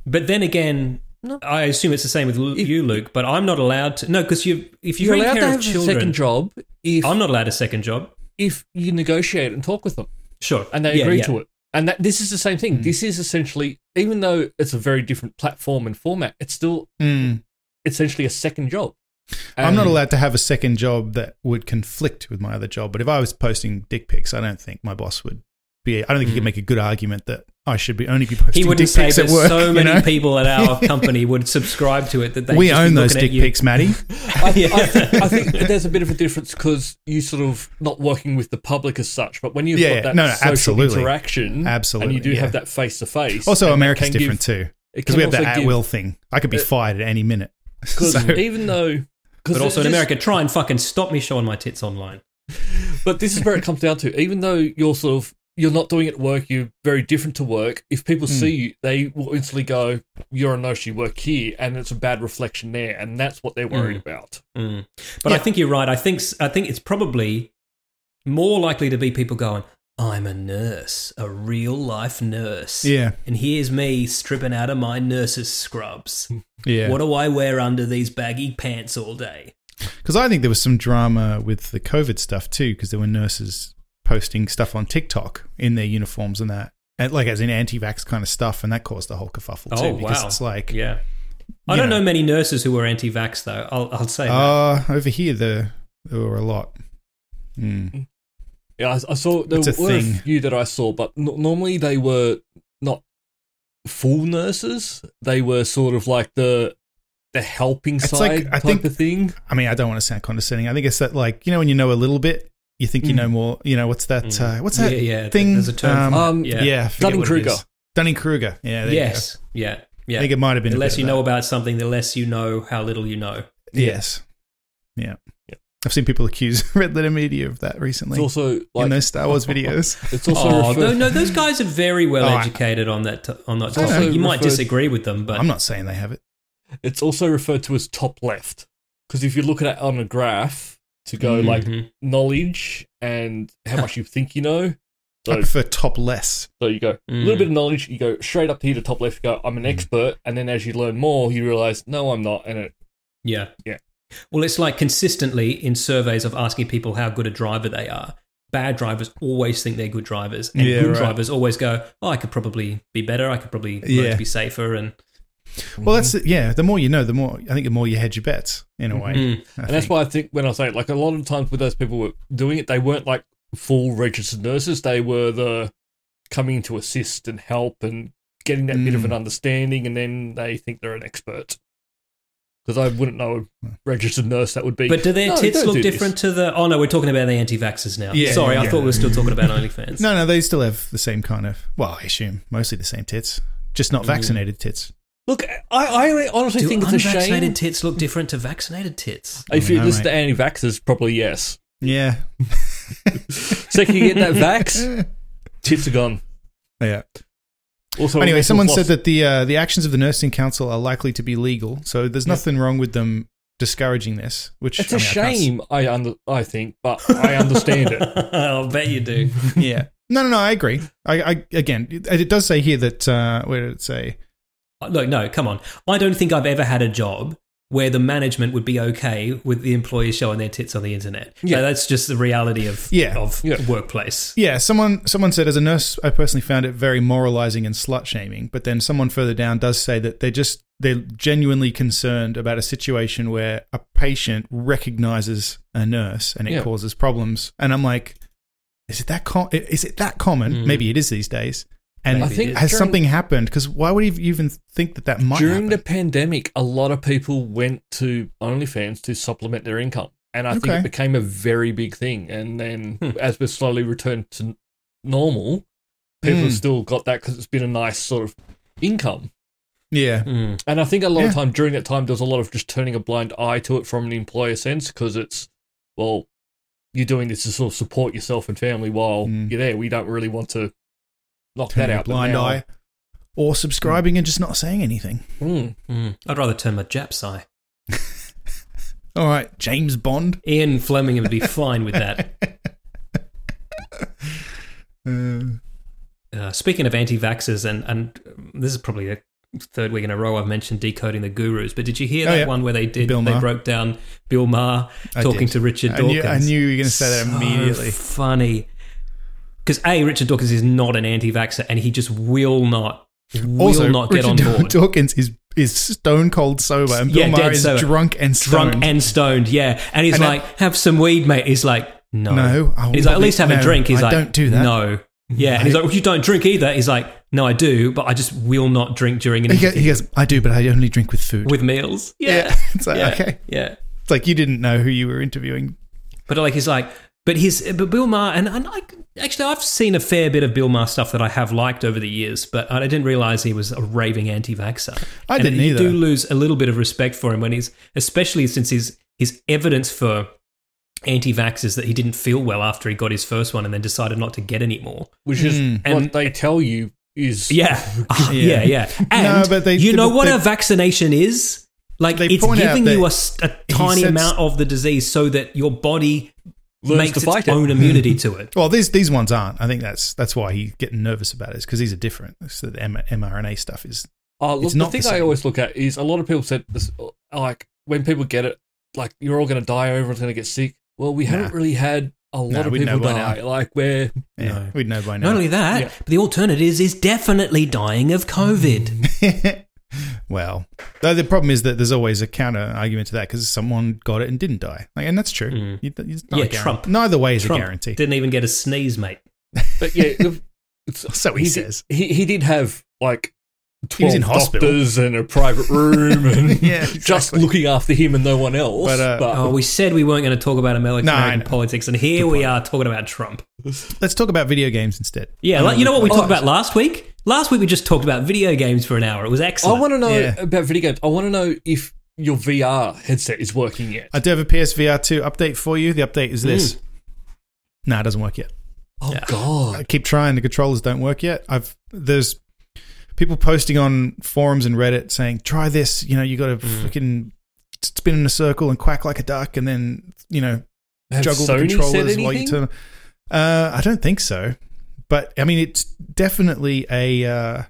But then again,
No.
I assume it's the same with Lu-
If-
you, Luke. But I'm not allowed to. No, because you, if you're,
you're
in
allowed
care
to have
of
a
children,
second job if
I'm not allowed a second job.
if you negotiate and talk with them
Sure,
and they
Yeah,
agree
yeah.
to it. And that this is the same
Hmm.
thing. This is essentially, even though it's a very different platform and format, it's still
Mm.
essentially a second job.
I'm not
um,
And-
allowed to have a second job that would conflict with my other job. But if I was posting dick pics, I don't think my boss would be. I don't think he could make a good argument that I should be only be posting
Hmm. He wouldn't
dick
say
pics
that
at work.
so
you
many
know?
people at our company would subscribe to it. That they
we
just be
own those
looking
dick
at you.
pics, Maddie.
I, th- I,
Yeah.
think, I think there's a bit of a difference because you sort of not working with the public as such, but when you've
Yeah,
got that
no, no,
social
absolutely.
interaction,
Absolutely,
and you do
yeah.
have that face to face.
Also, America's different too because we have that at will thing. I could be
Uh,
fired at any minute.
Because
So-
even though,
But also in America, try and fucking stop me showing my tits online.
But this is where it comes down to. Even though you're sort of you're not doing it at work, you're very different to work. If
Hmm.
people see you, they will instantly go, "You're a nurse. You work here," and it's a bad reflection there, and that's what they're worried
Hmm.
about.
Mm. But I
Yeah.
think you're right. I think I think it's probably more likely to be people going, "I'm a nurse, a real life nurse."
Yeah.
And here's me stripping out of my nurse's scrubs.
Yeah,
What do I wear under these baggy pants all day?
Because I think there was some drama with the COVID stuff too, because there were nurses posting stuff on TikTok in their uniforms and that, and like as in anti-vax kind of stuff, and that caused a whole kerfuffle too. because it's like,
Oh, yeah. I
Oh, you
don't
know.
know many nurses who are anti-vax though. I'll, I'll say that.
uh, over here there there were a lot. Mm.
Yeah, I, I saw there
It's a
were
thing.
a few that I saw, but n- normally they were not full nurses. They were sort of like the the helping
It's
side
like- I
type
think-
of thing.
I mean, I don't want to sound condescending. I think it's that like you know when you know a little bit, you think you
Mm.
know more. You know what's that? Uh, what's that
Mm. Yeah, yeah,
thing?
there's a term for
Um,
yeah,
yeah.
yeah
Dunning Kruger.
Dunning Kruger. Yeah, there you
yes. Yeah.
go.
Yeah.
I think it might have been a
the less
bit
you
of
know
that.
about something, the less you know how little you know.
Yes. Yeah. I've seen people accuse Red Letter Media of that recently
It's also like
in those Star Wars videos.
it's also
Oh,
referred-
no, no, those guys are very well
Oh, I-
educated on that to- on that
It's also
topic. You might
referred-
disagree with them, but
I'm not saying they have it.
it's also referred to as top left because if you look at it on a graph to go
Mm.
like
Mhm.
knowledge and how much you think you know.
I
So,
prefer top less.
so you go a
Mm.
little bit of knowledge, you go straight up here to top left, you go, I'm an expert. And then as you learn more, you realize, no, I'm not. And it,
yeah,
Yeah.
Well, it's like consistently in surveys of asking people how good a driver they are. Bad drivers always think they're good drivers, and
Yeah,
good
right.
drivers always go, "Oh, I could probably be better. I could probably learn
Yeah.
to be safer." And
Well, that's
Mm-hmm.
yeah. The more you know, the more I think the more you hedge your bets in a way.
Mm.
I
and that's
think.
why I think when I say it, like a lot of times with those people were doing it, they weren't like full registered nurses. They were the coming to assist and help and getting that bit of
Mm.
an understanding, and then they think they're an expert. Because I wouldn't know
Hmm.
a registered nurse that would be.
But do their
"No,
tits
don't
look
do this."
different to the? Oh no, we're talking about the anti-vaxxers now.
Yeah,
Sorry, I
yeah.
thought we were still talking about OnlyFans.
No, no, they still have the same kind of. Well, I assume mostly the same tits, just
Mm-hmm.
not vaccinated tits.
Look, I, I honestly
Do
think it's a shame.
unvaccinated tits look different to vaccinated tits?
If
I
you
know,
listen
mate.
to anti-vaxxers, probably yes.
Yeah,
Second, you get that vax, tits are gone.
yeah.
Also,
anyway,
mental
someone
floss.
said that the uh, the actions of the nursing council are likely to be legal, so there's nothing wrong with them discouraging this. Which
it's
I
a
mean, I can't s-
shame. I under, I think, but I understand it.
I'll bet you do.
yeah. No, no, no. I agree. I, I again, it, it does say here that uh, where did it say?
Uh, Look, no, come on. I don't think I've ever had a job where the management would be okay with the employees showing their tits on the internet. Yeah,
Yeah.
that's just the reality of
Yeah.
of
Yeah.
workplace.
Yeah, someone someone said as a nurse, I personally found it very moralizing and slut shaming. But then someone further down does say that they're just they're genuinely concerned about a situation where a patient recognizes a nurse and it
Yeah.
causes problems. And I'm like, is it that com- is it that common?
Mm.
Maybe it is these days. And
I think
has
during-
something happened? Because why would you even think that that might
During the
happen?
pandemic, a lot of people went to OnlyFans to supplement their income, and I think
Okay.
it became a very big thing. And then,
Hmm.
as we slowly returned to n- normal, people
Mm.
have still got that because it's been a nice sort of income.
yeah,
Mm.
And I think a lot
Yeah.
of time during that time, there was a lot of just turning a blind eye to it from an employer sense because it's, well, you're doing this to sort of support yourself and family while
Mm.
you're there. We don't really want to knock that
Turning a
out. but
blind
now-
eye, or subscribing and just not saying anything.
Mm.
Mm. I'd rather turn my Japs eye.
All right, James Bond.
Ian Fleming would be fine with that.
Uh,
Uh, speaking of anti-vaxxers, and and this is probably a third week in a row I've mentioned decoding the gurus. But did you hear
Oh,
that
yeah.
one where they did?
Bill
they
Maher.
broke down Bill Maher
I
talking
did.
to Richard
I knew,
Dawkins.
I knew you were going to say that
So
immediately.
funny, because a Richard Dawkins is not an anti-vaxxer, and he just will not will
also,
not get
Richard
on board.
Dawkins is is stone cold sober, and Bill
Yeah,
Maher
dead
is
sober.
drunk and stoned.
Drunk and stoned, yeah. And he's
And I-
like, "Have some weed, mate." He's like, "No,
No, I
And he's like, "At
wouldn't-
least have
no,
a drink." He's
I
like,
don't do that.
No, yeah. And he's like, well, "You don't drink either." He's like, "No, I do, but I just will not drink during an
he, goes,
interview
he goes, I do, but I only drink with food.
with meals." Yeah,
it's like
yeah,
okay,
yeah.
it's like you didn't know who you were interviewing.
But like he's like, but his but Bill Maher and, and I actually I've seen a fair bit of Bill Maher stuff that I have liked over the years, but I didn't realize he was a raving anti-vaxxer.
I
And
didn't
you
either.
do lose a little bit of respect for him when he's especially since his his evidence for anti-vaxxers that he didn't feel well after he got his first one and then decided not to get any more.
Which is
Mm.
what
And-
they tell you is
Yeah, Ah, yeah, yeah. And
No, but they-
you know
but
what
they-
a vaccination is? Like
They
it's
point out
giving you a,
that
s- a tiny
said-
amount of the disease so that your body
Learns
makes
to
its
fight it.
own immunity to it.
Well, these these ones aren't. I think that's that's why he's getting nervous about it, because these are different. So the M- mRNA stuff is
Uh, look,
It's not
the thing
the
I
same.
always look at is a lot of people said this, like when people get it, like you're all going to die, everyone's going to get sick. Well, we haven't really had a lot of
we know
people
by
die. Like where
yeah,
No.
we'd know by now.
Not only that,
Yeah.
but the alternative is is definitely dying of
Mm,
COVID.
well, though the problem is that there's always a counter argument to that because someone got it and didn't die, like, and that's true.
Mm.
You- it's not
Yeah,
a guarantee.
Trump.
Neither way is
Trump
a guarantee.
didn't even get a sneeze, mate.
but yeah, the- it's-
So he
did-
says.
he he did have like
He
twelve
was in hospital.
doctors and a private room and
Yeah,
just
exactly.
looking after him and no one else.
But,
But,
uh,
Oh, we said we weren't going to talk about American,
No, I
American
know.
politics, and here we are talking about Trump.
Let's talk about video games instead.
Yeah, like, you know what we
Oh.
talked about last week? Last week we just talked about video games for an hour. It was
I
excellent.
want to know
Yeah.
about video games. I want to know if your VR headset is working yet.
I do have a PSVR 2 update for you. The update is this.
Mm.
Nah, it doesn't work yet.
oh
Yeah.
God,
I keep trying. The controllers don't work yet. I've there's people posting on forums and Reddit saying, "Try this." You know, you got to
Mm.
freaking spin in a circle and quack like a duck, and then you know
Have
juggle the
Sony said
controllers while you
anything?
turn. Uh, I don't think so, but I mean, it's definitely a uh,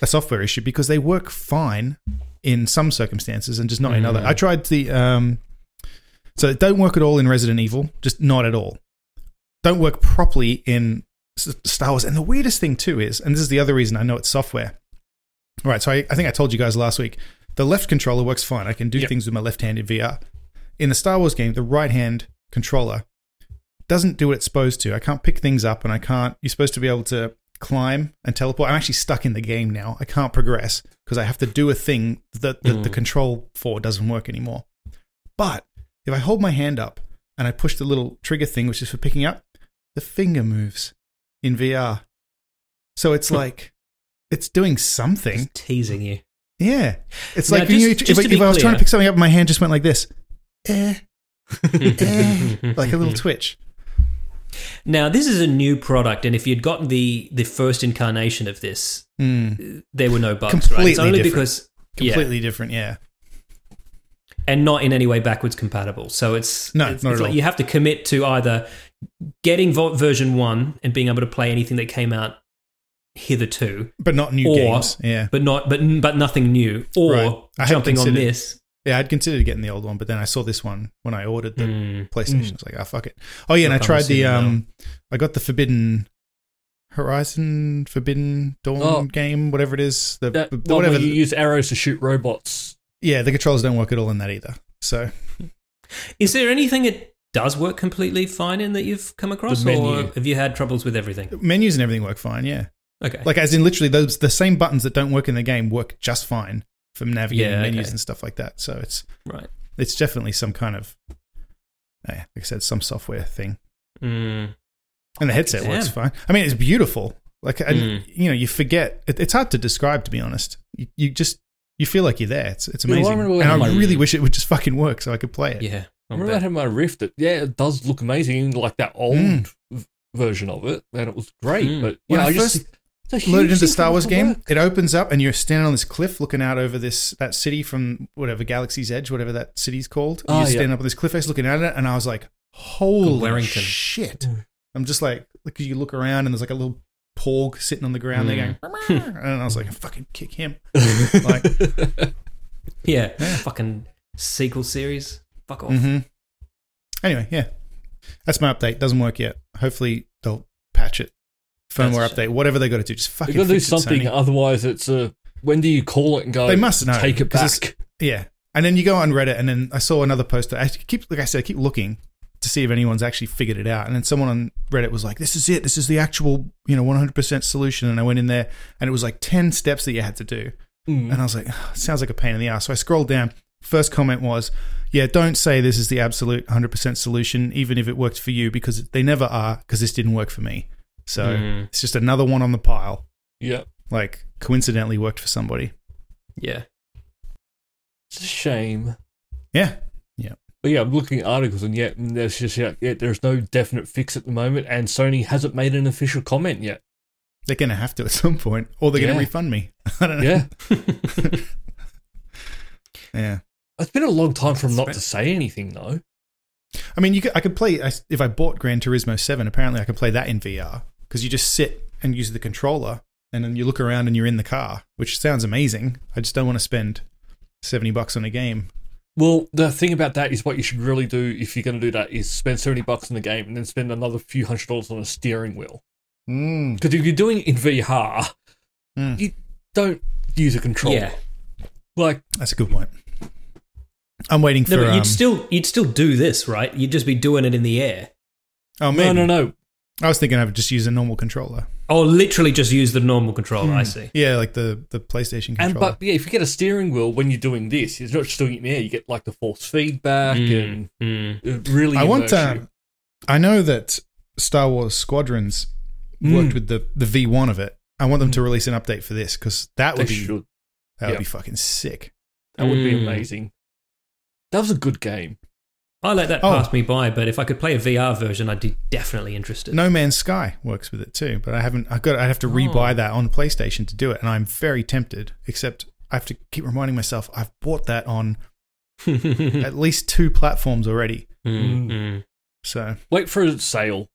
a software issue because they work fine in some circumstances and just not in
Mm.
other. I tried the um, so it don't work at all in Resident Evil, just not at all. Don't work properly in S- Star Wars. And the weirdest thing too is, and this is the other reason I know it's software. All right, so I, I think I told you guys last week the left controller works fine. I can do
Yep.
things with my left hand in VR. In the Star Wars game, the right hand controller doesn't do what it's supposed to. I can't pick things up and I can't. You're supposed to be able to climb and teleport. I'm actually stuck in the game now. I can't progress because I have to do a thing that, that the control for doesn't work anymore. But if I hold my hand up and I push the little trigger thing, which is for picking up, the finger moves in VR. So it's like it's doing something.
Just teasing you.
Yeah, it's
Now,
like you know,
just-
if,
just to
if
be
I was trying
clear.
to pick something up, my hand just went like this, eh, eh, like a little twitch.
Now, this is a new product, and if you'd gotten the the first incarnation of this,
Mm,
there were no bugs. right? It's
Completely
only
different.
because yeah,
completely different. Yeah,
and not in any way backwards compatible. So it's
No,
it's,
not
it's
at
like
all.
you have to commit to either getting Vault version one and being able to play anything that came out hitherto,
but not new
Or-
games. Yeah,
but not but but nothing new, or
Right. I had
jumping on
considered-
this.
yeah. I'd considered getting the old one, but then I saw this one when I ordered the
Hmm.
PlayStation. It's like, oh fuck it. Oh yeah, and I
Look, I'm
tried the
assuming
um, I got the Forbidden Horizon, Forbidden Dawn
Oh.
game, whatever it is. The,
That
the-
one
whatever.
where you use arrows to shoot robots.
yeah, the controls don't work at all in that either. So
Is there anything it does work completely fine in that you've come across, or
menu.
have you had troubles with everything?
menus and everything work fine. Yeah.
Okay,
Like as in literally those the same buttons that don't work in the game work just fine from navigating
Yeah,
menus
okay.
and stuff like that. So it's
right.
it's definitely some kind of eh, like I said, some software thing.
Hmm.
And the headset works
Damn.
fine. I mean, it's beautiful. Like and,
Mm.
you know, you forget. It, it's hard to describe, to be honest. You, you just you feel like you're there. It's it's
Yeah, well, I
amazing.
remember when
and I
my-
really wish it would just fucking work so I could play it.
Yeah.
I
I'll
remember I
bet.
had my Rift. It, yeah, it does look amazing, like that old
Mm.
v- version of it, and it was great.
Mm.
But
Hmm. When
yeah,
I
I just
first
it's a huge
loaded into
thing
Star
for
Wars
it to
game.
work.
It opens up and you're standing on this cliff looking out over this that city from whatever Galaxy's Edge, whatever that city's called.
Ah,
you're
yeah.
standing up on this cliff face looking at it, and I was like, "Holy
Warrington.
shit!"
Mm.
I'm just like, because you look around and there's like a little porg sitting on the ground there going, "Meow," and I was like, "Fucking kick him!" like,
Yeah. Fucking sequel series. Fuck off.
mhm. anyway, yeah, that's my update. Doesn't work yet. Hopefully they'll patch it.
That's
Firmware
a
update, whatever they got to do, just fucking.
You've got to do
fix it,
something,
Sony.
otherwise it's a. When do you call it and go?
They must know,
Take it
'cause
back.
Yeah. And then you go on Reddit, and then I saw another post. I keep, like I said, I keep looking to see if anyone's actually figured it out. And then someone on Reddit was like, "This is it. This is the actual, you know, 100% solution." And I went in there, and it was like 10 steps that you had to do.
Mm.
And I was like, "Ugh, it "Sounds like a pain in the ass." So I scrolled down. First comment was, "Yeah, don't say this is the absolute 100% solution, even if it worked for you, because they never are. Because this didn't work for me. So
Mm.
it's just another one on the pile.
Yeah,
Like coincidentally worked for somebody. Mm-hmm.
Yeah.
it's a shame.
Yeah,
But yeah, I'm looking at articles and yet and there's just yeah, yeah, there's no definite fix at the moment, and Sony hasn't made an official comment yet.
They're going to have to at some point, or they're going
Yeah.
to refund me. I don't know.
Yeah,
Yeah.
it's been a long time from not
That's
to say anything though.
I mean, you could, I could play I, if I bought Gran Turismo Seven. Apparently, I could play that in VR because you just sit and use the controller, and then you look around and you're in the car, which sounds amazing. I just don't want to spend seventy bucks on a game.
Well, the thing about that is what you should really do if you're going to do that is spend seventy bucks on the game and then spend another few hundred dollars on a steering wheel.
Mm.
Because if you're doing it in VR,
Mm.
you don't use a controller.
Yeah.
Like
That's a good point. I'm waiting for.
No, but
um,
you'd still you'd still do this, right? You'd just be doing it in the air.
oh, maybe.
no, no, no.
I was thinking I would just use a normal controller.
Or literally just use the normal controller.
Hmm.
I see.
Yeah, like the the PlayStation controller.
And but yeah, if you get a steering wheel when you're doing this, it's not just doing it in the air. You get like the force feedback and
Mm.
it really.
I want.
immerses you.
Um, I know that Star Wars Squadrons worked
Mm.
with the the V one of it. I want them to release an update for this because that
Hmm. They
would be
should.
that would
yeah.
be fucking sick.
That would be
Mm.
amazing. That was a good game.
I let that
Oh.
pass me by, but if I could play a VR version, I'd be definitely interested.
No Man's Sky works with it too, but I haven't. I got. I have to
Oh.
rebuy that on PlayStation to do it, and I'm very tempted. Except I have to keep reminding myself I've bought that on
Hmm.
Mm,
at least two platforms already.
mm.
So
Wait for a sale.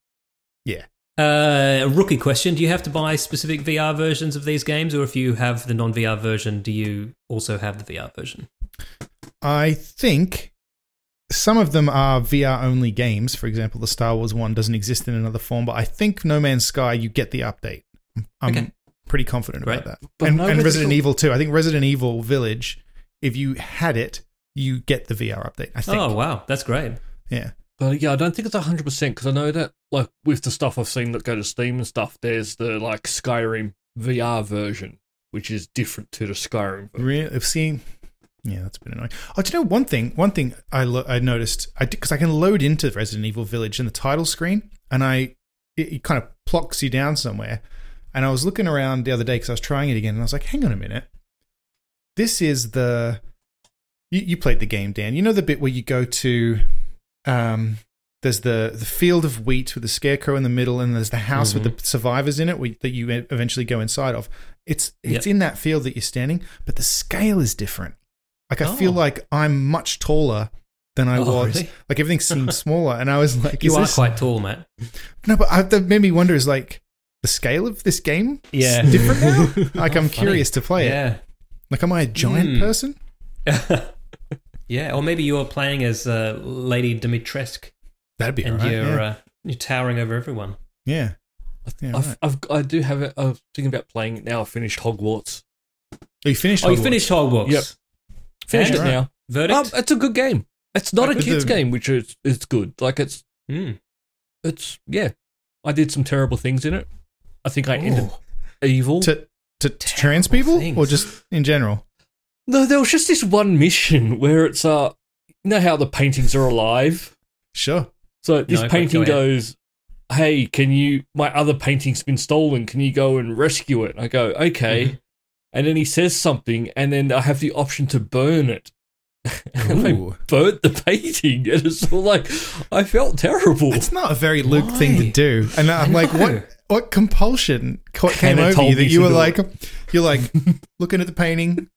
yeah,
Uh, rookie question: Do you have to buy specific VR versions of these games, or if you have the non-VR version, do you also have the VR version?
I think some of them are VR only games. For example, the Star Wars one doesn't exist in another form, but I think No Man's Sky you get the update. I'm
Okay.
Pretty confident about
Right.
that.
But
and
no
and
Resident
Resident
Evil-
Evil 2. I think Resident Evil Village, if you had it, you get the VR update. I think.
Oh wow, that's great.
Yeah.
But yeah, I don't think it's hundred percent because I know that like with the stuff I've seen that go to Steam and stuff, there's the like Skyrim VR version, which is different to the Skyrim. Version.
Real, if seeing, yeah, that's been annoying. Oh, do you know one thing? One thing I lo- I noticed I because I can load into Resident Evil Village in the title screen, and I it, it kind of plonks you down somewhere. And I was looking around the other day because I was trying it again, and I was like, hang on a minute, this is the you, you played the game, Dan. You know the bit where you go to um. There's the, the field of wheat with the scarecrow in the middle, and there's the house with
Mm-hmm.
the survivors in it where, that you e, eventually go inside of. It's it's
Yep.
in that field that you're standing, but the scale is different. Like I feel
Oh.
like I'm much taller than I
Oh,
was.
really?
Like everything seems smaller, and I was like,
You
is
are
this-
quite tall, Matt.
No, but I, that made me wonder: is like the scale of this game
Yeah.
different now? like I'm
Funny.
curious to play it.
Yeah.
Like, am I a giant
Hmm.
person?
yeah, or maybe you're playing as uh, Lady Dimitrescu
That'd be
and
alright.
you're
Yeah.
uh, you're towering over everyone.
yeah. Yeah,
I've,
right.
I've, I do have it. I'm thinking about playing it now. I finished Hogwarts.
Oh, you finished.
Oh, you
Hogwarts.
finished Hogwarts.
Yep. Finished
And?
it now. Um,
Verdict.
it's a good game. It's not a
Like with
kids
the-
game, which is it's good. Like it's
Mm.
it's yeah. I did some terrible things in it. I think I ended
Oh.
evil.
to to trans people
things.
or just in general?
no, there was just this one mission where it's uh, you know how the paintings are alive.
Sure.
So this
I've got
painting
to go,
goes, "Hey, can you? My other painting's been stolen. Can you go and rescue it?" I go, "Okay,"
Mm-hmm.
and then he says something, and then I have the option to burn it. and I
Ooh.
burnt the painting, and it's all like I felt terrible.
It's not a very Luke thing to
Why?
do. And I'm like, what? What compulsion co- came
Kinda
over
told
you that
me
you
to
were
do
like, you're like looking at the painting,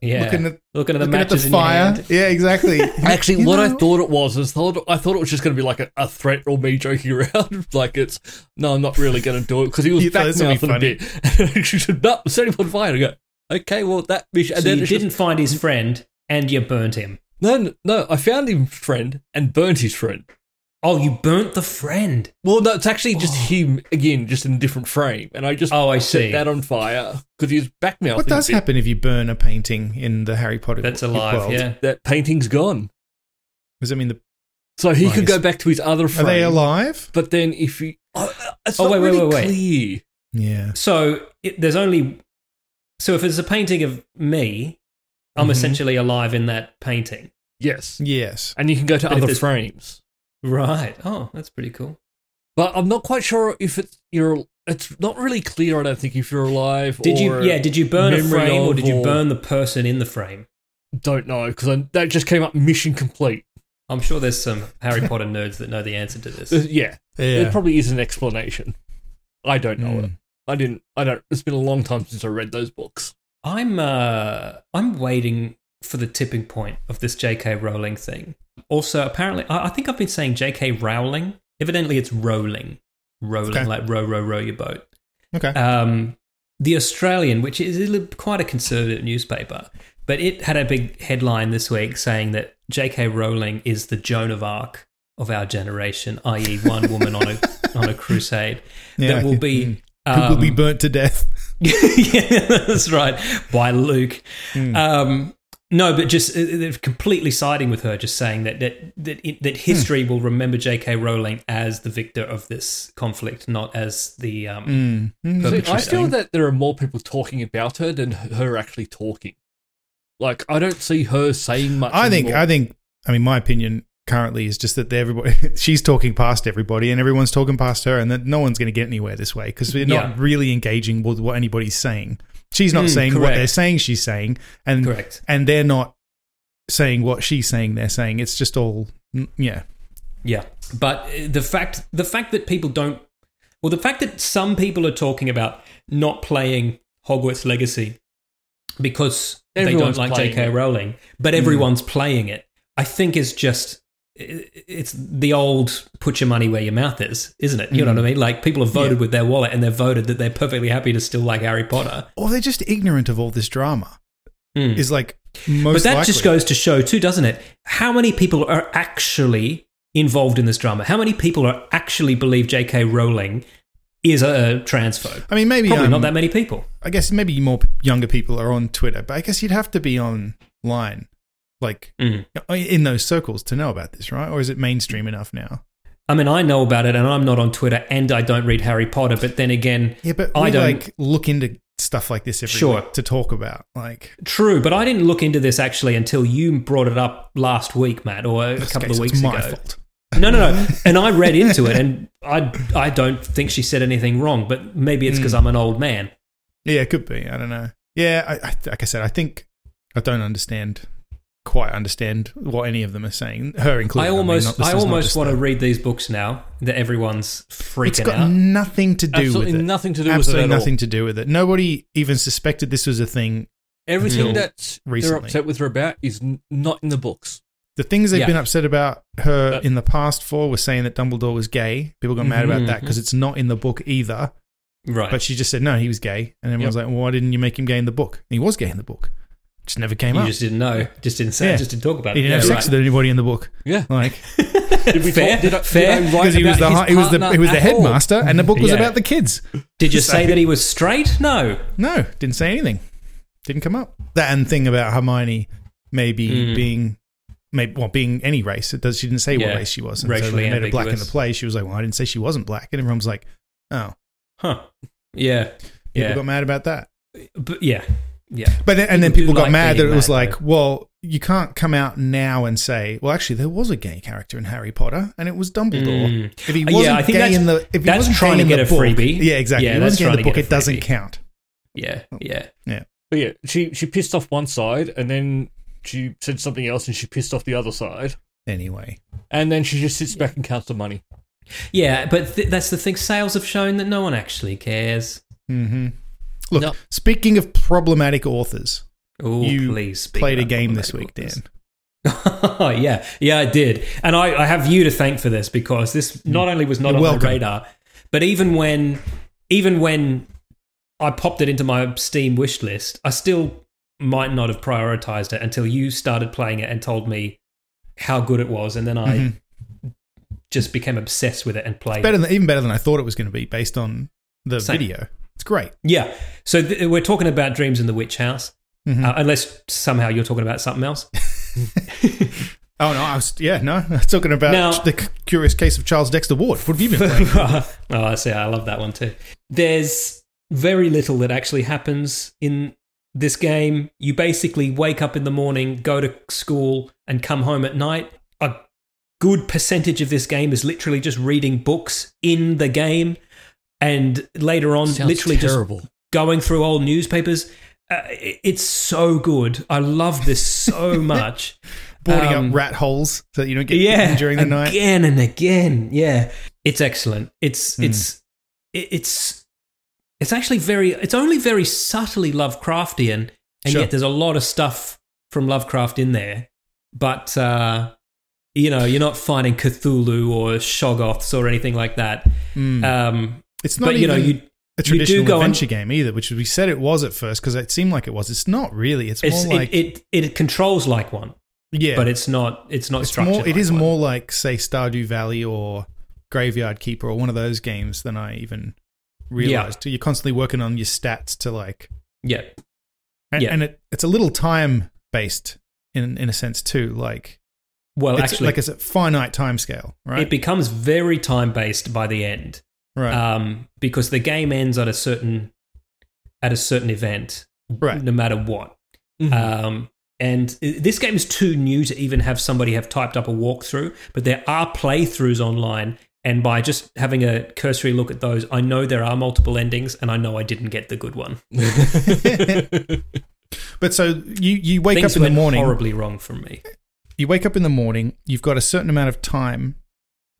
Yeah.
looking at looking
looking at the
at the
matches in your
fire.
hand.
Yeah, exactly.
Actually,
You
what I
know-
thought it was is thought I thought it was just going to be like a, a threat or me joking around. like it's no, I'm not really going to do it because he was
You thought this
back
would be
mouth a
funny.
bit. she said, "No, set him on fire." I go, "Okay, well that mission."
So you
it's just-
didn't find his friend, and you burnt him.
No, no, no, I found him friend and burnt his friend.
Oh, you burnt the friend.
Well, no, it's actually just him again, just in a different frame. And I just
Oh, I
set
see.
that on fire because his back mouth.
What
is a
does
bit-
happen if you burn a painting in the Harry Potter?
That's alive.
world?
Yeah.
That painting's gone,
Does that mean the,
so he
Right.
could go back to his other
are
frame.
they alive?
But then if he, oh, it's
Oh,
not
wait, wait,
really
wait, wait.
clear.
Yeah.
So it, there's only. So if it's a painting of me, I'm
Mhm.
essentially alive in that painting.
Yes,
Yes.
and you can go to
But if
other
there's-
frames.
Right. Oh, that's pretty cool.
But I'm not quite sure if it's you're. It's not really clear. I don't think if you're alive.
Did you?
or-
Yeah. Did you burn a
memory
frame, or
of
did you
or-
burn the person in the frame?
Don't know because that just came up mission complete.
I'm sure there's some Harry Potter nerds that know the answer to this.
Uh, yeah,
Yeah.
It probably is an explanation. I don't know
Hmm.
it. I didn't. I don't. It's been a long time since I read those books.
I'm uh I'm waiting for the tipping point of this JK Rowling thing. Also, apparently I, I think I've been saying JK Rowling. Evidently it's rolling. Rolling,
Okay.
like row, row, row your boat.
okay.
Um The Australian, which is a li- quite a conservative newspaper, but it had a big headline this week saying that JK Rowling is the Joan of Arc of our generation, i.e., one woman on a on a crusade
Yeah,
that
I
will
could-
be
mm. Who will be
um,
burnt to death?
yeah, that's right. By Luke. Um, no, but just uh, they're completely siding with her, just saying that that that, it, that history will remember J.K. Rowling as the victor of this conflict, not as the. Um,
Mm.
See,
Mm.
That'd be
I feel
interesting.
that there are more people talking about her than her actually talking. Like I don't see her saying much.
I think.
anymore.
I think. I mean, my opinion currently is just that they- everybody she's talking past everybody, and everyone's talking past her, and that no one's going to get anywhere this way because we're
Yeah.
not really engaging with what anybody's saying. She's not
Mm,
saying what
correct.
they're saying. She's saying, and
Correct.
and they're not saying what she's saying. They're saying it's just all mm, yeah.
Yeah, but uh, the fact the fact that people don't, well, the fact that some people are talking about not playing Hogwarts Legacy because
Everyone's
they don't like
playing
J.K.
it. Hmm.
Rowling, but everyone's playing it. I think is just i- it's the old put your money where your mouth is, isn't it? You
Hmm.
know what I mean? Like people have voted with their wallet, and they've voted that they're perfectly happy to still like Harry Potter.
Or they're just ignorant of all this drama. Is like most.
Mm. But that just
likely.
goes to show, too, doesn't it? How many people are actually involved in this drama? How many people are actually believe J.K. Rowling is a transphobe.
I mean, maybe
Probably
um,
not that many people.
I guess maybe more p- younger people are on Twitter, but I guess you'd have to be online, like
Mm.
in those circles, to know about this, right? Or is it mainstream enough now?
I mean, I know about it, and I'm not on Twitter, and I don't read Harry Potter. But then again,
Yeah, but
I
we,
don't.
like look into stuff like this every
Sure.
week to talk about. Like
True, but I didn't look into this actually until you brought it up last week, Matt, or a
okay,
couple
so
of
it's
weeks
my
ago.
fault.
No, no, no. And I read into it, and I, I don't think she said anything wrong. But maybe it's
Hmm.
because I'm an old man.
Yeah, it could be. I don't know. Yeah, I, I, like I said, I think I don't understand quite understand what any of them are saying. Her included.
I
mean,
almost,
not- this
I,
is not
almost
just
want to
them.
read these books now that everyone's freaking
It's got
out.
nothing to do
Absolutely
with it.
nothing to do
Absolutely
with it at
nothing to do with it. Nobody even suspected this was a thing
all. Everything
Until
that they're
recently.
upset with her about is n- not in the books.
the things they've
Yeah.
been upset about her
Uh,
in the past for were saying that Dumbledore was gay. People got mad about
Mhm,
that because it's not in the book either.
right.
But she just said no, he was gay, and everyone's like, "Why didn't you make him gay in the book?" And he was gay in the book. Just never came
you
up.
just didn't know. Just didn't say.
Yeah.
Just didn't talk about
he
it.
didn't have
Yeah,
sex
right.
with anybody in the book.
Yeah.
Like
Did we
Fair,
talk, did I,
fair,
did I write
because he was the
about his
he was the
partner
he was the
at all?
headmaster, and the book was
Yeah.
about the kids.
Did you say that he was straight? No.
No, didn't say anything. Didn't come up. That and thing about Hermione maybe
Mm.
being maybe well being any race. It does she didn't say
Yeah.
what race she was. And so
Racially
when they made her black in the
ambiguous.
play, she was like, Well, I didn't say she wasn't black. And everyone was like, Oh.
Huh. Yeah.
People
Yeah.
got mad about that.
But yeah. Yeah.
But then, and then
People do
people got
like
mad that
being
it was
mad,
like, well, you can't come out now and say, well, actually, there was a gay character in Harry Potter, and it was Dumbledore.
Mm.
If he
Yeah,
wasn't
I think
gay
that's-
in the, if he
that's
wasn't gay
trying to
in
get
the
a
book-
freebie.
yeah, exactly.
Yeah,
if he
that's
wasn't gay in
trying
the
to
book,
get a
it doesn't
freebie.
count.
Yeah. Yeah.
But yeah, she she pissed off one side and then she said something else and she pissed off the other side.
Anyway,
And then she just sits back and counts the money.
Yeah, but th- that's the thing. Sales have shown that no one actually cares.
hmm look.
No.
Speaking of problematic authors,
Oh,
you
please speak
played a
about
game this week,
problematic
Dan.
authors. yeah, yeah, I did, and I, I have you to thank for this because this not only was not
Mm. You're
on
welcome.
my radar, but even when, even when I popped it into my Steam wish list, I still might not have prioritized it until you started playing it and told me how good it was, and then I
Mhm.
just became obsessed with it and played. it.
Better than even better than I thought it was going to be based on the
Same.
video. It's great.
Yeah. So th- we're talking about Dreams in the Witch House,
Mhm.
uh, unless somehow you're talking about something else.
Oh no, I was yeah no. I was talking about
Now-
the c- curious case of Charles Dexter Ward. What have you been playing?
oh, I see. I love that one too. There's very little that actually happens in this game. You basically wake up in the morning, go to school, and come home at night. A good percentage of this game is literally just reading books in the game. And later on, literally just
terrible.
going through old newspapers. Uh, it- it's so good. I love this so much.
boarding
Um,
up rat holes so that you don't get
yeah
eaten during the night.
again and again. Yeah, it's excellent. It's
Hmm.
it's it, it's it's actually very. It's only very subtly Lovecraftian, and
Sure.
yet there's a lot of stuff from Lovecraft in there. But uh, you know, you're not finding Cthulhu or Shoggoths or anything like that.
Mm.
Um,
it's not
but you
even
know, you
a
do
traditional
go on-
adventure game either, which we said it was at first because it seemed like it was. It's not really. It's,
it's,
more like
it, it it controls like one,
yeah,
but it's not it's not
it's
structured.
more. It
like
is
one.
more like say Stardew Valley or Graveyard Keeper or one of those games than I even realized. You're constantly working on your stats to like,
yeah.
and,
Yeah.
and it, it's a little time based in in a sense too. Like
Well,
it's,
actually,
like it's a finite time scale, right?
it becomes very time based by the end.
right,
um, because the game ends at a certain at a certain event,
right.
no matter what.
Mm-hmm.
Mm-hmm.
Um, and i- this game is too new to even have somebody have typed up a walkthrough, but there are playthroughs online. And by just having a cursory look at those, I know there are multiple endings, and I know I didn't get the good one.
Uh,
But so you you wake
Things
up in the
went
morning.
horribly wrong for me.
you wake up in the morning, you've got a certain amount of time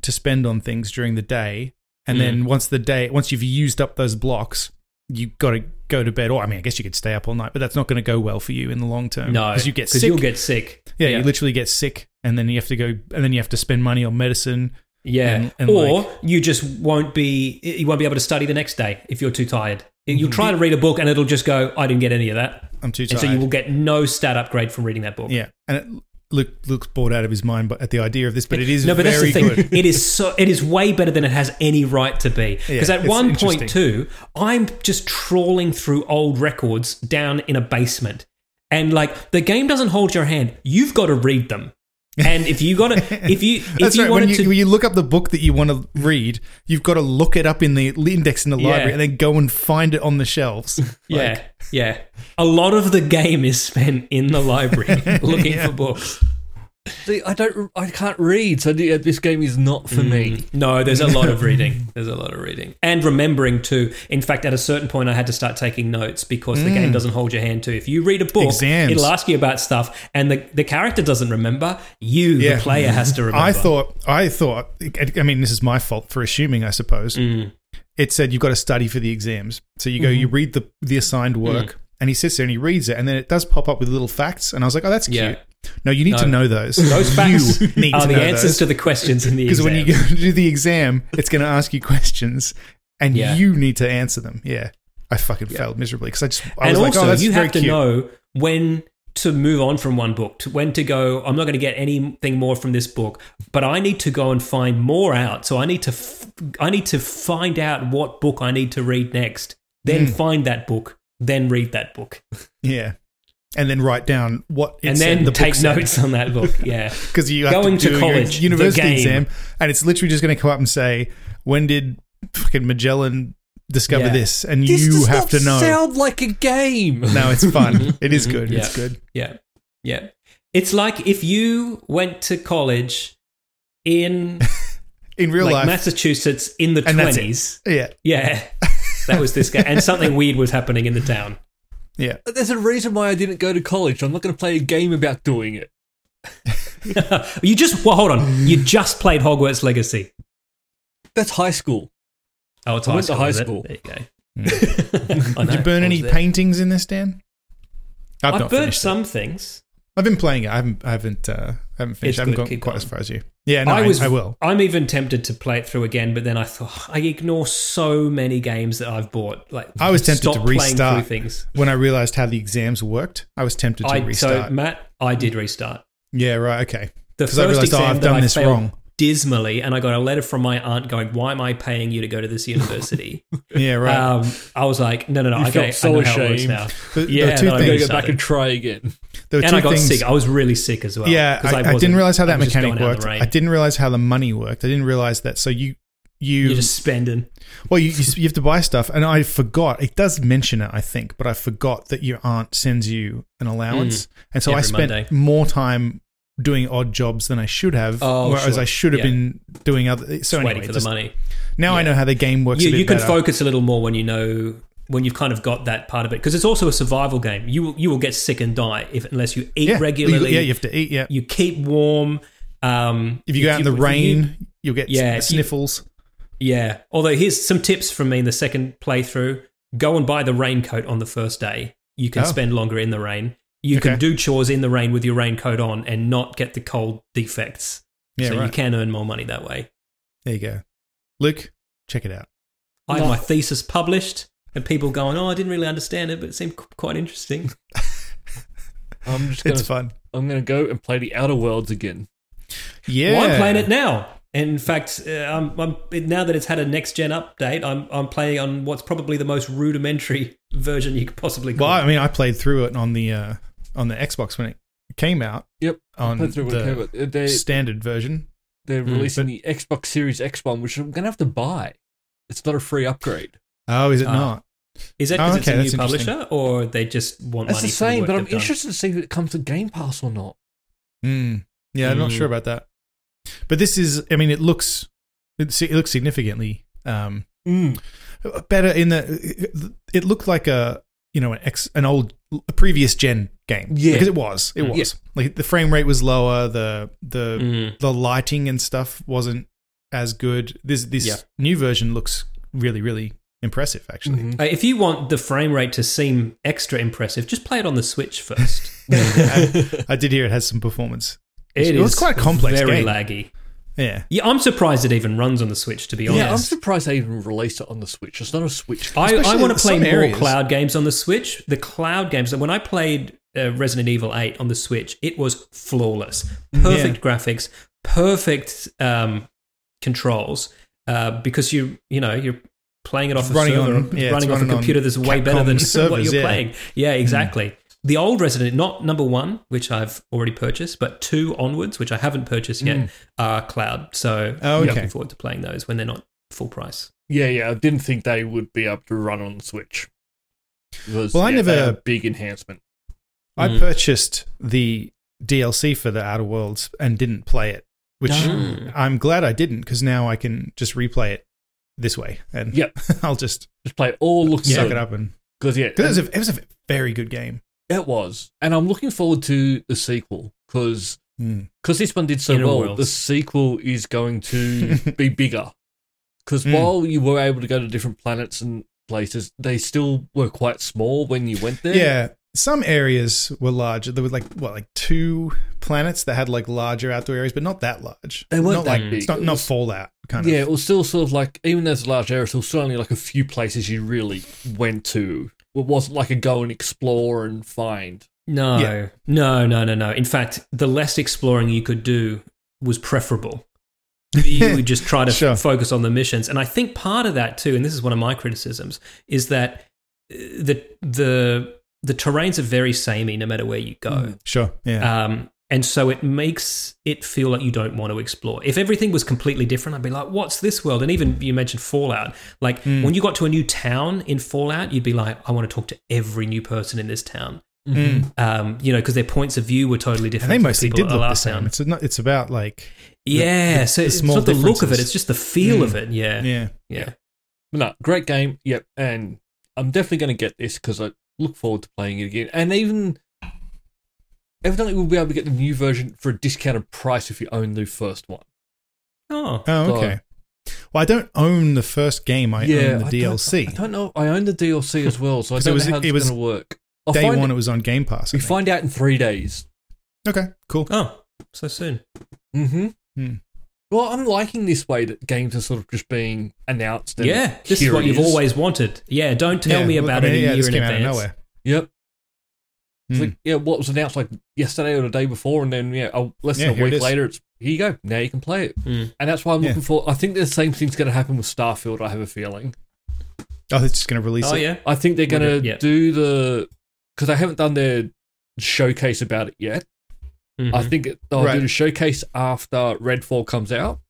to spend on things during the day, and then
Mm.
once the day once you've used up those blocks, you got to go to bed. Or I mean, I guess you could stay up all night, but that's not going to go well for you in the long term.
No,
because you get
because
sick.
you'll get sick.
yeah, you literally get sick, and then you have to go, and then you have to spend money on medicine.
Yeah,
And- and
or you just won't be you won't be able to study the next day if you're too tired.
Mm-hmm.
You'll try to read a book and it'll just go, I didn't get any of that,
I'm too
and
tired.
so you will get no stat upgrade from reading that book.
yeah, and it, Luke looks bored out of his mind but at the idea of this, but it is
no, but that's
very
the thing.
good.
It is so. It is way better than it has any right to be. Because
Yeah,
at
it's
one point
interesting.
too, I'm just trawling through old records down in a basement, and like the game doesn't hold your hand. You've got to read them, and if you got to, if you if
That's
you
right.
wanted
When you,
to,
when you look up the book that you want to read, you've got to look it up in the index in the
Yeah.
library and then go and find it on the shelves.
yeah, yeah. A lot of the game is spent in the library looking
Yeah.
for books.
See, I don't, I can't read, so the- uh, this game is not for me.
No, there's a lot of reading. There's a lot of reading. And remembering too. In fact, at a certain point I had to start taking notes because the game doesn't hold your hand too. If you read a book,
Mm. Exams.
it'll ask you about stuff and the, the character doesn't remember. You,
Yeah.
the player, has to remember.
I thought, I thought, I- I mean, this is my fault for assuming, I suppose.
Mm-hmm.
It said you've got to study for the exams. So you go, you read the, the assigned
Mm-hmm.
work, and he sits there and he reads it, and then it does pop up with little facts. And I was like, oh, that's cute.
Yeah.
No, you need to know those.
those facts
you need
are
to
the
know
answers
those.
to the questions in the
Because
exam.
when you go to do the exam, it's going to ask you questions, and
Yeah.
you need to answer them. Yeah, I fucking failed miserably because I just I was
and also,
like, oh, that's
you
very
have to
cute.
know when to move on from one book, to when to go. I'm not going to get anything more from this book, but I need to go and find more out. So I need to, f- I need to find out what book I need to read next. Then
Hmm.
find that book. Then read that book,
Yeah, and then write down what it
and
said
then
the
take notes on that book. Yeah,
because you have
Going
to,
to
do your
college, the
university
game.
exam, and it's literally just going to come up and say, when did fucking Magellan discover
Yeah.
this? And
This
you
does
have
not
to know.
Sound like a game.
no, it's fun. it is good.
Yeah.
It's good.
yeah, yeah. It's like if you went to college in
In real
like
life,
Massachusetts in the
And that's it.
twenties.
yeah,
Yeah, that was this guy, and something weird was happening in the town.
yeah.
But There's a reason why I didn't go to college. I'm not going to play a game about doing it.
you just well, hold on. You just played Hogwarts Legacy.
That's high school.
Oh, it's
I
high
went to
school.
high
is it?
school. Mm.
There you go. I
Did
know.
you burn
I
any
was there.
paintings in this, Dan? I've,
I've
not
burnt
finished it.
some things.
I've been playing it. I haven't. I haven't. Uh, I haven't
It's
finished. I haven't
good.
gone
Keep
quite as
going.
far as you. Yeah, no, I,
was.
I will.
I'm even tempted to play it through again, but then I thought "Oh, I ignore so many games that I've bought. Like
I was tempted
stop
to
playing through
restart
things.
when I realized how the exams worked. I was tempted to
I,
restart.
So Matt, I did restart.
yeah, right. Okay.
The
'Cause I
first
realised, oh,
exam
I've
that
done
I
this
failed
wrong.
dismally, and I got a letter from my aunt going, "Why am I paying you to go to this university?"
Yeah, right.
um, I was like, "No, no, no,
You
I
felt
get, I
so
know how it works
ashamed.
now."
There- there
yeah,
were two
no, I'm
I'm going
gonna
things.
to
go
go back and try again.
there were
and
two
I got
things.
sick. I was really sick as well.
yeah,
'cause
I, I,
wasn't-
didn't realize how that
I was just
mechanic
going out of
worked.
the rain.
I didn't realize how the money worked. I didn't realize that. So you, you,
You're just spending.
well, you, you s- you have to buy stuff, and I forgot. It does mention it, I think, but I forgot that your aunt sends you an allowance, and so I
Mm. Every
spent
Monday.
more time doing odd jobs than I should have,
Oh,
whereas
sure.
I should have
Yeah.
been doing other. So
waiting
anyway,
for
just-
the money.
now I know how the game works.
You,
a bit
you can
better.
focus a little more when you know when you've kind of got that part of it because it's also a survival game. You will, you will get sick and die if unless you eat
yeah.
regularly.
Yeah, you have to eat. Yeah,
you keep warm. Um,
if you go out in the
if you-
rain, you, will get
Yeah,
yeah,
if you-
sniffles.
yeah. Although here's some tips from me in the second playthrough: go and buy the raincoat on the first day. You can
Oh.
spend longer in the rain. You
Okay.
can do chores in the rain with your raincoat on and not get the cold defects.
yeah,
so
right.
you can earn more money that way.
there you go, Luke. Check it out.
I had
No.
my thesis published, and people going, "Oh, I didn't really understand it, but it seemed qu- quite interesting."
I'm just going
It's
to.
fun.
I'm going to go and play the Outer Worlds again.
Yeah,
Well, I'm playing it now. And in fact, uh, I'm, I'm, it- now that it's had a next gen update, I'm, I'm playing on what's probably the most rudimentary version you could possibly.
Well,
Call
I
it.
mean, I played through it on the uh, on the Xbox when it came out
Yep.
on
That's what
the
I care about. They
standard version.
they're
Mm,
releasing the Xbox Series X one, which I'm going to have to buy. It's not a free upgrade.
Oh, is it
Ah,
not?
Is that
Oh,
because
okay,
it's
that's
a new
interesting.
publisher, or they just want
That's the
money? for the
same,
work
but I'm
they've done?
interested to see if it comes to Game Pass or not.
Mm. Yeah, I'm not
Mm.
sure about that. But this is, I mean, it looks it, se- it looks significantly um,
Hmm.
uh, better in the. It looked like a you know an ex, an old a previous gen game.
Yeah.
because it was it
Mm.
was like the frame rate was lower. The the
Mm.
the lighting and stuff wasn't as good. This this
Yeah.
new version looks really really impressive actually.
Uh, if you want the frame rate to seem extra impressive, just play it on the Switch first.
I, I did hear it has some performance.
it
Well, it's
is
quite a complex
very
game.
laggy.
Yeah.
Yeah, I'm surprised it even runs on the Switch. To be honest,
Yeah, I'm surprised they even released it on the Switch. It's not a Switch.
I, I
Especially
want
in
to play
some
more
areas.
cloud games on the Switch. The cloud games. When I played uh, Resident Evil 8 on the Switch, it was flawless. Perfect graphics, perfect um, controls, uh, because you you know you're playing it off
Running
a server,
on- yeah, it's
running off a
running on
computer that's way better
Capcom
than what
servers,
you're
yeah. Hmm.
playing. Yeah, exactly. The old Resident, not number one, which I've already purchased, but two onwards, which I haven't purchased yet, are cloud. So
Hmm. Oh,
I'm
okay.
looking forward to playing those when they're not full price.
Yeah, yeah. I didn't think they would be able to run on Switch. Because,
Well, I
yeah, they
never-
are a big enhancement.
I
Mm.
purchased the DLC for the Outer Worlds and didn't play it, which
Mm.
I'm glad I didn't because now I can just replay it this way, and
Yep.
I'll just
Just play it all looks
suck
good.
it up and
Because yeah,
because it, was a- it was a very good game.
it was, and I'm looking forward to the sequel because
Mm.
because this one did so
Inner
well,
Worlds.
the sequel is going to be bigger. Because
Mm.
while you were able to go to different planets and places, they still were quite small when you went there.
Yeah, some areas were larger. There were like what, like two planets that had like larger outdoor areas, but not that large.
They weren't
not
that
like
big.
it's not
It
not
was-
Fallout kind
yeah. It
of.
was still sort of like even though it's a large area, it's still only like a few places you really went to. It wasn't like a go and explore and find.
No,
Yeah.
no, no, no, no. In fact, the less exploring you could do was preferable. You would just try to
Sure.
focus on the missions, and I think part of that too, and this is one of my criticisms, is that uh, the the the terrains are very samey no matter where you go.
Sure. Mm.
Uh,
Yeah.
Um, and so it makes it feel like you don't want to explore. If everything was completely different, I'd be like, what's this world? And even you mentioned Fallout. Like
Mm.
when you got to a new town in Fallout, you'd be like, I want to talk to every new person in this town.
Mm-hmm.
Mm.
Um, you know, because their points of view were totally
and
different.
they
from
mostly
people
did
at
look the
last
same.
town.
It's not. It's about like
Yeah, so
the
it's
small
not the look of it;
differences.
it's just the feel
Mm.
of it. Yeah, yeah,
yeah.
yeah.
But no, great game. Yep, and I'm definitely going to get this because I look forward to playing it again. And even evidently, we'll be able to get the new version for a discounted price if you own the first one.
Oh,
Oh,
So-
okay. Well, I don't own the first game. I own the
I don't-
DLC.
I don't know. I own the DLC as well, so I
'Cause
don't
it was-
know how
it
it's
was
going to work. I'll
Day
find
one,
it-
it was on Game Pass. I
we
think.
find out in three days.
okay, cool.
oh, so soon.
Mm-hmm.
Hmm.
Well, I'm liking this way that games are sort of just being announced. And
Yeah, this is
here
what
it
you've always wanted. Yeah, don't tell
Yeah,
me
well,
about
I mean,
it a
yeah,
year
this
in
came
advance.
out of nowhere.
Yep. It's
Mm.
Hmm.
like, yeah, what was announced like yesterday or the day before, and then yeah, oh, less
Yeah,
than a
here it
week
is.
later, it's here you go. Now you can play it,
Mm.
and that's why I'm
Yeah.
looking for. I think the same thing's going to happen with Starfield. I have a feeling.
Oh, it's just going to release
Oh
it.
yeah,
I think they're
Would it-
going to
yeah.
do the because they haven't done their showcase about it yet. I
Mhm.
think it- they'll
Right.
do the showcase after Redfall comes out,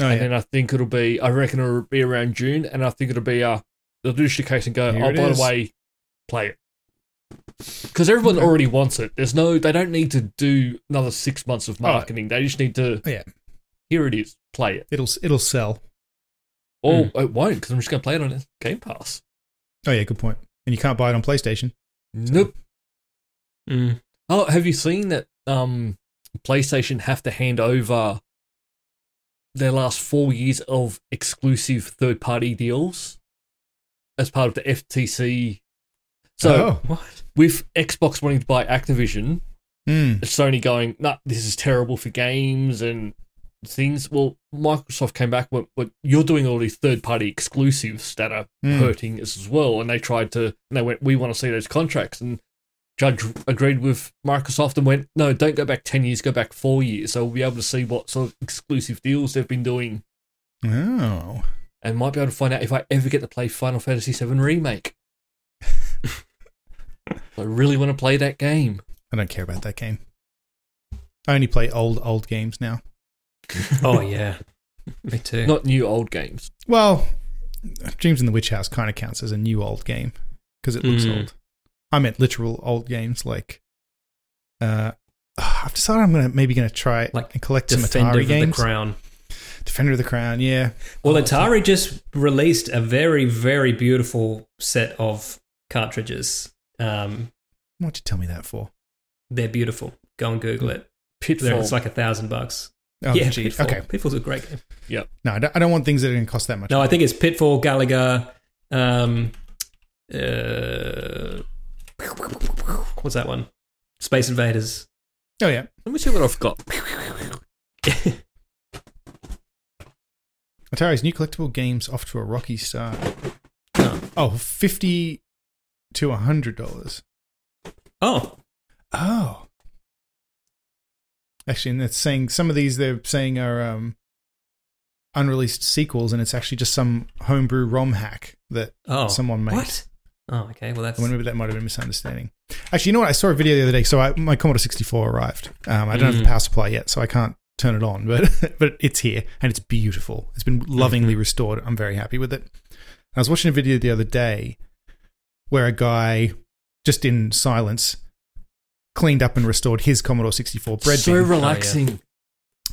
Oh,
and
yeah.
then I think it'll be. I reckon it'll be around June, and I think it'll be. Uh, they'll do the showcase and go.
Here
oh,
it
by
is."
the way, play it. Because everyone
Okay.
already wants it. There's no. They don't need to do another six months of
Oh.
marketing. They just need to.
Oh, yeah.
Here it is. Play it.
It'll it'll sell.
Or
Hmm.
it won't, because I'm just going to play it on Game Pass.
Oh yeah, good point. And you can't buy it on PlayStation.
Nope.
Mm.
Oh, have you seen that um, PlayStation have to hand over their last four years of exclusive third party deals as part of the FTC? So,
oh.
What?
with Xbox wanting to buy Activision,
Mm.
Sony going, nah, this is terrible for games and things. Well, Microsoft came back, went, but you're doing all these third party exclusives that are
Hmm.
Mm.
hurting us as well. And they tried to, and they went, we want to see those contracts. And Judge agreed with Microsoft and went, no, don't go back 10 years, go back four years. So we'll be able to see what sort of exclusive deals they've been doing
Oh.
and might be able to find out if I ever get to play Final Fantasy VII Remake. I really want to play that game.
I don't care about that game. I only play old old games now.
Oh yeah, me too.
Not new old games.
Well, Dreams in the Witch House kind of counts as a new old game because it looks
Mm.
old. I meant literal old games like. Uh, I've decided I'm gonna maybe gonna try
Like
and collect some
Defender
Atari
of the
games. Oh,
Crown.
Defender of the Crown, yeah.
Well, Atari just released a very, very beautiful set of cartridges. Um,
What'd you tell me that for?
they're beautiful. Go and Google it. They're-
Pitfall.
It's like a thousand bucks.
Oh,
yeah,
gee.
Pitfall.
Okay.
Pitfall's a great game.
No, I don't, I don't want things that are going to cost that much.
No, I think it's Pitfall, Gallagher. Um, uh, what's that one? Space Invaders.
Oh, yeah.
Let me see what I've got.
Atari's new collectible games off to a rocky start.
Oh.
Oh, 50 to $100.
Oh,
Oh. Actually, and it's saying some of these they're saying are um, unreleased sequels, and it's actually just some homebrew ROM hack that
oh,
someone made.
What? Oh, okay. Well, that's
I wonder maybe that might have been a misunderstanding. Actually, you know what? I saw a video the other day. So I, my Commodore 64 arrived. Um, I don't have
Mm.
the power supply yet, so I can't turn it on, but but it's here and it's beautiful. It's been lovingly restored. I'm very happy with it. I was watching a video the other day where a guy, just in silence, cleaned up and restored his Commodore 64 bread Oh,
so
bin.
relaxing.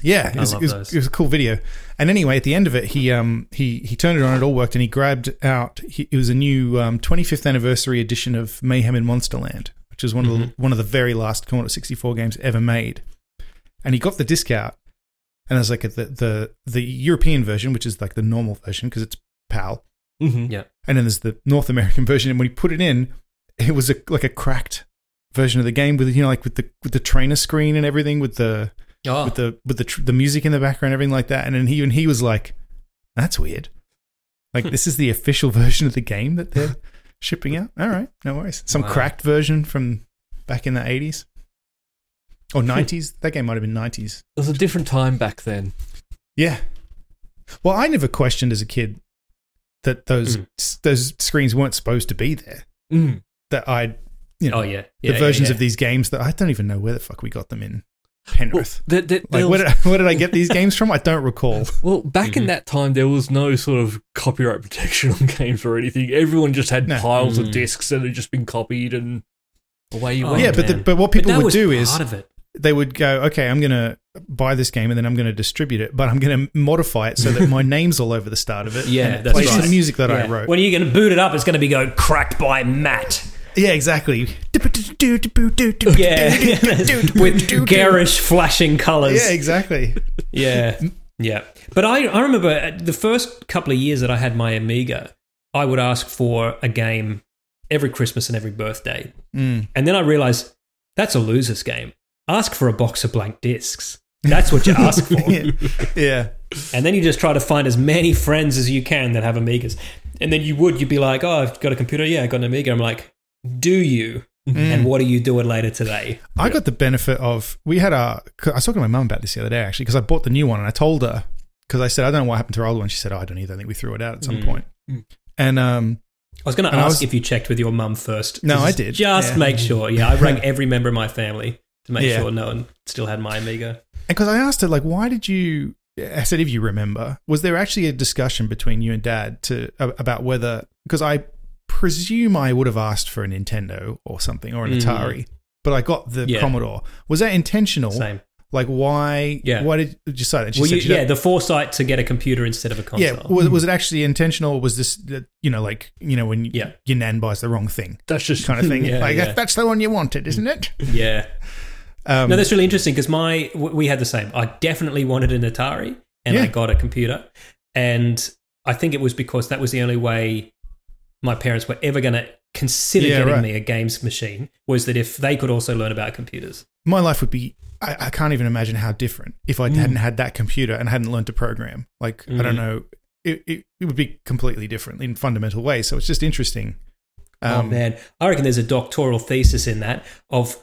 Yeah, it
I
was,
love
it, was,
those.
it was a cool video. And anyway, at the end of it, he um he he turned it on. It all worked, and he grabbed out. He, it was a new um, 25th anniversary edition of Mayhem in Monsterland, which is one of the, one of the very last Commodore 64 games ever made. And he got the disc out, and there's like a, the the the European version, which is like the normal version because it's PAL, Mm-hmm.
Mhm.
yeah.
and then there's the North American version. And when he put it in, it was a, like a cracked version of the game with you know like with the with the trainer screen and everything with the
Oh,
with the with the tr- the music in the background, everything like that. And then he and he was like, "That's weird. Like this is the official version of the game that they're shipping out. All right, no worries. Some
Wow.
cracked version from back in the eighties or
Hmm.
nineties. that game might have been nineties.
It was a different time back then.
Yeah. Well, I never questioned as a kid that those
Mm.
s- those screens weren't supposed to be there.
Mm.
That I, you know,
oh yeah. yeah
the versions
yeah,
of these games that I don't even know where the fuck we got them in Penrith.
Well, there- there-
like
there
where
was-
did, I, where did I get these games from? I don't recall.
well, back
Mm-hmm.
in that time, there was no sort of copyright protection on games or anything. Everyone just had
No.
piles
Mm.
of discs that had just been copied and away you
Oh,
went.
yeah, but the,
man.
but what people
that
would
was
do
part
is
of it.
they would go, okay, I'm going to buy this game and then I'm going to distribute it, but I'm going to modify it so that my name's all over the start of it.
Yeah,
and it
that's
plays
right.
the music that I
Yeah.
wrote.
When you're going to boot it up, it's going to be go cracked by Matt.
yeah, exactly.
Yeah, with garish flashing colours.
Yeah, exactly.
Yeah, yeah. But I, I remember uh, the first couple of years that I had my Amiga, I would ask for a game every Christmas and every birthday.
Mm.
And then I realized that's a loser's game. Ask for a box of blank discs. That's what you ask for.
Yeah. yeah.
And then you just try to find as many friends as you can that have Amigas. And then you would, you'd be like, oh, I've got a computer. Yeah, I've got an Amiga. I'm like, do you?
Mm.
And what are you doing later today?
I got the benefit of we had a. I was talking to my mum about this the other day actually because I bought the new one and I told her because I said I don't know what happened to her old one. She said oh, I don't either. I think we threw it out at some
Mm.
point. And um,
I was going to
And I
ask
was-
if you checked with your mum first.
No, I
Just-
did.
Just
Yeah.
make sure. Yeah, I rang every member of my family to make
Yeah.
sure no one still had my Amiga.
Because I asked her, like, why did you? I said, if you remember, was there actually a discussion between you and Dad to a- about whether? Because I presume I would have asked for a Nintendo or something or an
Mm.
Atari, but I got the
Yeah.
Commodore. Was that intentional?
Same.
Like, why?
Yeah.
Why did you decide that? She
Well,
said
you,
she don't-
yeah, the foresight to get a computer instead of a console. Mm.
yeah. Was, was it actually intentional? Or was this, uh, you know, like, you know, when
Yeah.
your nan buys the wrong thing
That's just
kind of thing?
Yeah,
like,
yeah.
That, that's the one you wanted, isn't it?
yeah.
Um,
No, that's really interesting because my w- we had the same. I definitely wanted an Atari, and I
Yeah.
got a computer, and I think it was because that was the only way my parents were ever going to consider
Yeah,
getting
right.
me a games machine was that if they could also learn about computers.
my life would be I, I can't even imagine how different if I
Mm.
hadn't had that computer and hadn't learned to program. Like I don't know, it, it, it would be completely different in fundamental ways. So it's just interesting.
oh
Um,
man, I reckon there's a doctoral thesis in that of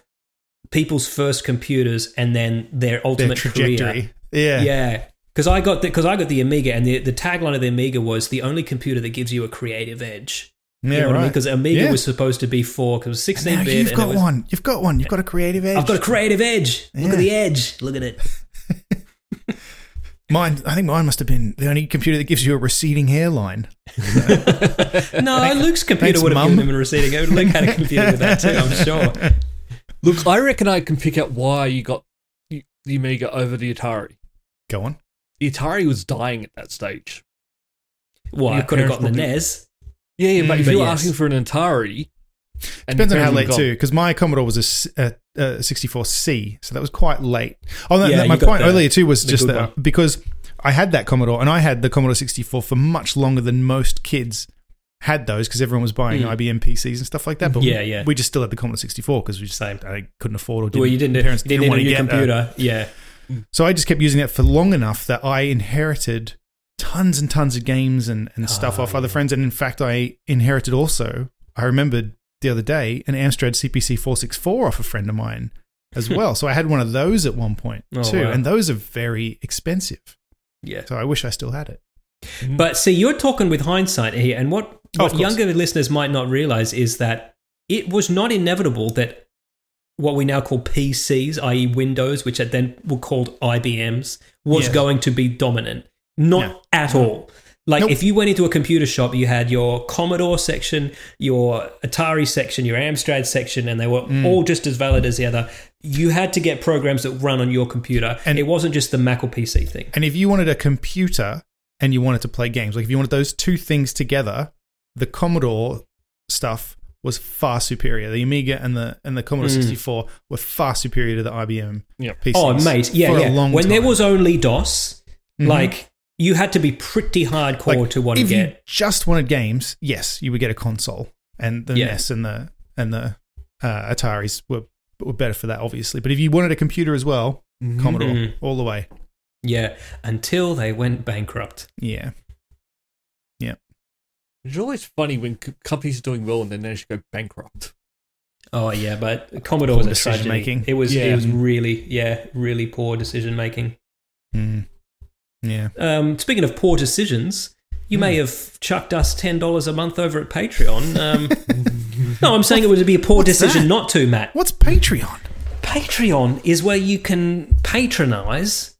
people's first computers and then their
their
ultimate career.
trajectory. Yeah.
Yeah. Because I got because I got the Amiga, and the, the tagline of the Amiga was the only computer that gives you a creative edge.
yeah,
You know what I mean?
right.
Because Amiga
Yeah.
was supposed to be for because
Now
sixteen bit.
you've
and
got
it was,
one. You've got one. You've got a creative edge.
I've got a creative edge. Look
Yeah.
at the edge. Look at it.
mine. I think mine must have been the only computer that gives you a receding hairline.
No, Luke's computer
thanks,
would have given
Mum.
him a receding. edge. Luke had a computer with that too. I'm sure.
Look, I reckon I can pick out why you got the the Amiga over the Atari.
Go on.
The Atari was dying at that stage.
Well, I
Your
could have gotten the E
parents will do-
NES.
Yeah, yeah but
Mm.
if
But
you're
yes.
asking for an Atari, and
Depends on
your
how
parents
late
have
too, because my Commodore was a s- a, a 64C, so that was quite late. Oh, no,
Yeah,
no, my
you got
point
the-
earlier too was
the
just
good
that because I had that Commodore and I had the Commodore 64 for much longer than most kids had those because everyone was buying
Mm.
IBM PCs and stuff like that. But
Yeah, yeah.
we just still had the Commodore 64 because we just
Same.
I couldn't afford or didn't.
Well, you didn't.
parents
didn't,
didn't want
need
to
a
get that.
computer. Yeah.
So I just kept using that for long enough that I inherited tons and tons of games and, and stuff
Ah,
off other friends. And in fact, I inherited also, I remembered the other day an Amstrad CPC 464 off a friend of mine as well. so I had one of those at one point
Oh,
too,
wow.
and those are very expensive.
Yeah.
So I wish I still had it.
But see, you're talking with hindsight here, and what,
Oh,
what
Mm-hmm. of course.
younger listeners might not realize is that it was not inevitable that what we now call PCs, i.e., Windows, which are then were called IBMs, was
Yes.
going to be dominant. Not
No.
at all. Like
Nope.
if you went into a computer shop, you had your Commodore section, your Atari section, your Amstrad section, and they were
Mm.
all just as valid as the other. You had to get programs that run on your computer, and
And-
it wasn't just the Mac or PC thing.
And if you wanted a computer and you wanted to play games, like if you wanted those two things together, the Commodore stuff was far superior. The Amiga and the and the Commodore 64 were far superior to the IBM
Yep.
PCs.
Hmm. Oh, mate, yeah,
for
yeah.
A long
when there
time. Mm-hmm.
was only DOS, like you had to be pretty hardcore
Like,
to want to
if
get.
you just wanted games, yes, you would get a console, and the
Yeah.
NES and the and the uh, Ataris were were better for that, obviously. But if you wanted a computer as well, Commodore
Mhm.
all the way.
Yeah, until they went bankrupt.
Yeah,
It's always funny when co- companies are doing well and then they actually go bankrupt.
Oh yeah, but Commodore was
Poor
a tragedy.
decision-making.
It was
Yeah.
it was really yeah really poor decision making.
Mm. yeah.
Um, speaking of poor decisions, you
Hmm.
may have chucked us ten dollars a month over at Patreon. Um, no, I'm saying it would be a poor decision
that?
not to, Matt.
What's Patreon?
Patreon is where you can patronize.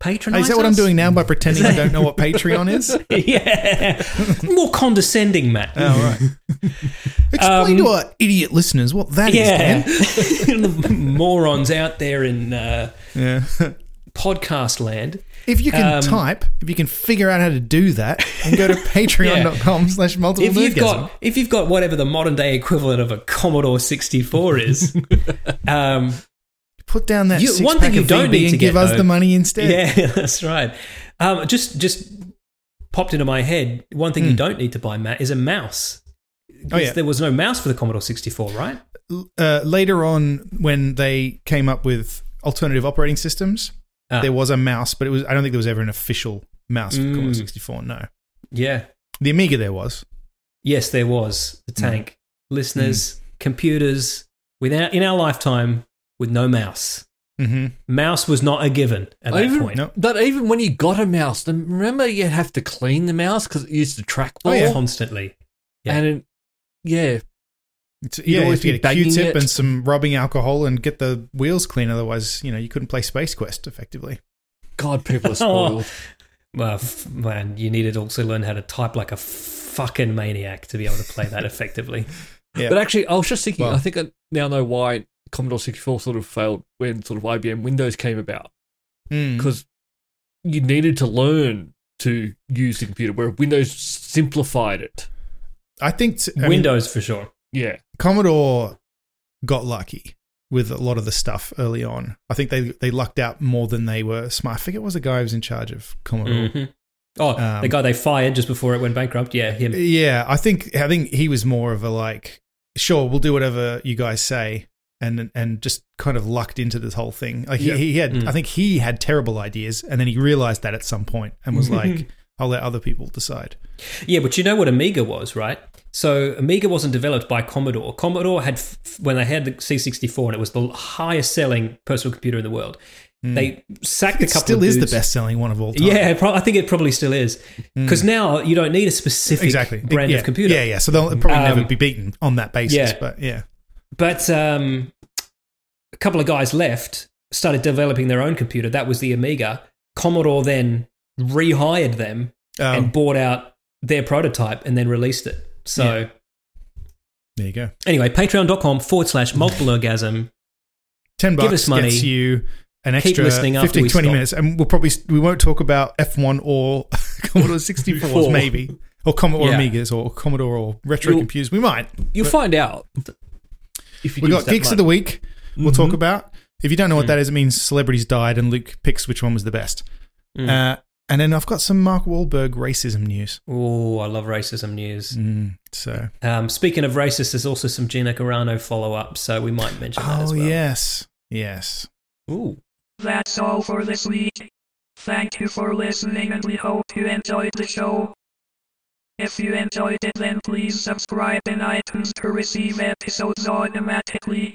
Patronize.
Is that what I'm
us?
doing now by pretending I don't know what Patreon is?
yeah. More condescending, Matt.
Oh, all right. Explain to our idiot listeners what that is.
yeah.
Dan.
the morons out there in uh,
Yeah.
podcast land.
If you can
Um,
type, if you can figure out how to do that, and go to patreon.com slash multiple
If you've
nerdgasm.
got if you've got whatever the modern day equivalent of a Commodore 64 is, um,
Put down that
You-
six
one thing
pack
you
of
don't
VB
need to
and
get,
give us
though-
the money instead.
yeah, that's right. Um, just just popped into my head. One thing you don't need to buy, Matt, is a mouse. 'Cause
Hmm. Oh, yeah.
There was no mouse for the Commodore 64, right?
uh, later on when they came up with alternative operating systems,
Ah.
there was a mouse, but it was I don't think there was ever an official mouse for the Commodore
Mm.
64. No,
Yeah.
the Amiga there was.
Yes, there was
Hmm.
the tank. Listeners, computers, without in our lifetime, with no mouse.
hmm
Mouse was not a given at that
even,
point.
no.
But even when you got a mouse, then remember you have to clean the mouse because it used to trackball.
Oh, yeah.
Constantly. Yeah.
And it, yeah,
It's,
You'd
yeah, you
always
have to
be
get a
banging
Q-tip
it.
and some rubbing alcohol and get the wheels clean. Otherwise, you know, you couldn't play Space Quest effectively.
God, people are spoiled.
Oh,
Well, f- man, you needed to also learn how to type like a fucking maniac to be able to play that effectively.
Yeah,
But actually, I was just thinking.
Well-
I think I now know why Commodore 64 sort of failed when sort of IBM Windows came about
Mm.
because you needed to learn to use the computer, where Windows simplified it.
I think t- I mean,
Windows for sure.
Yeah,
Commodore got lucky with a lot of the stuff early on. I think they they lucked out more than they were smart. I think it was the guy who was in charge of Commodore.
Oh,
Um,
the guy they fired just before it went bankrupt. Yeah, him.
Yeah, I think I think he was more of a like, sure, we'll do whatever you guys say, and and just kind of lucked into this whole thing. Like
Yeah.
he, he had,
Mm.
I think he had terrible ideas, and then he realized that at some point and was like, I'll let other people decide.
Yeah, but you know what Amiga was, right? So Amiga wasn't developed by Commodore. Commodore had, f- when they had the C64 and it was the highest selling personal computer in the world, they sacked a
Hmm. It
couple
still
of
is the
dudes.
best selling one of all time. Hmm.
Yeah, pro- I think it probably still is. Because now you don't need a specific
exactly.
brand
yeah.
of computer.
Yeah, yeah. So they'll probably
Um,
never be beaten on that basis.
yeah.
But yeah,
But um, a couple of guys left, started developing their own computer. That was the Amiga. Commodore then rehired them
um,
and bought out their prototype and then released it. So
there you go.
anyway, patreon.com forward slash multiple orgasm.
Ten bucks
Give us money.
gets you an
Keep
extra
listening after
15,
we
20
stop.
minutes, and we'll probably we won't talk about F one or Commodore sixty fours
Four.
maybe, or Commodore
Yeah.
Amigas, or Commodore or retro
You'll-
computers. We might.
you'll find out. If you
We
give
got
us that
geeks of
money.
the week. We'll talk
Mm-hmm.
about. If you don't
Mm.
know what that is, it means celebrities died, and Luke picks which one was the best.
Mm.
Uh, and then I've got some Mark Wahlberg racism news.
Oh, I love racism news.
Mm, so,
Um, speaking of racist, there's also some Gina Carano follow up, so we might mention that
oh
as well.
yes, yes.
Ooh.
That's all for this week. Thank you for listening and we hope you enjoyed the show. If you enjoyed it, then please subscribe in iTunes to receive episodes automatically.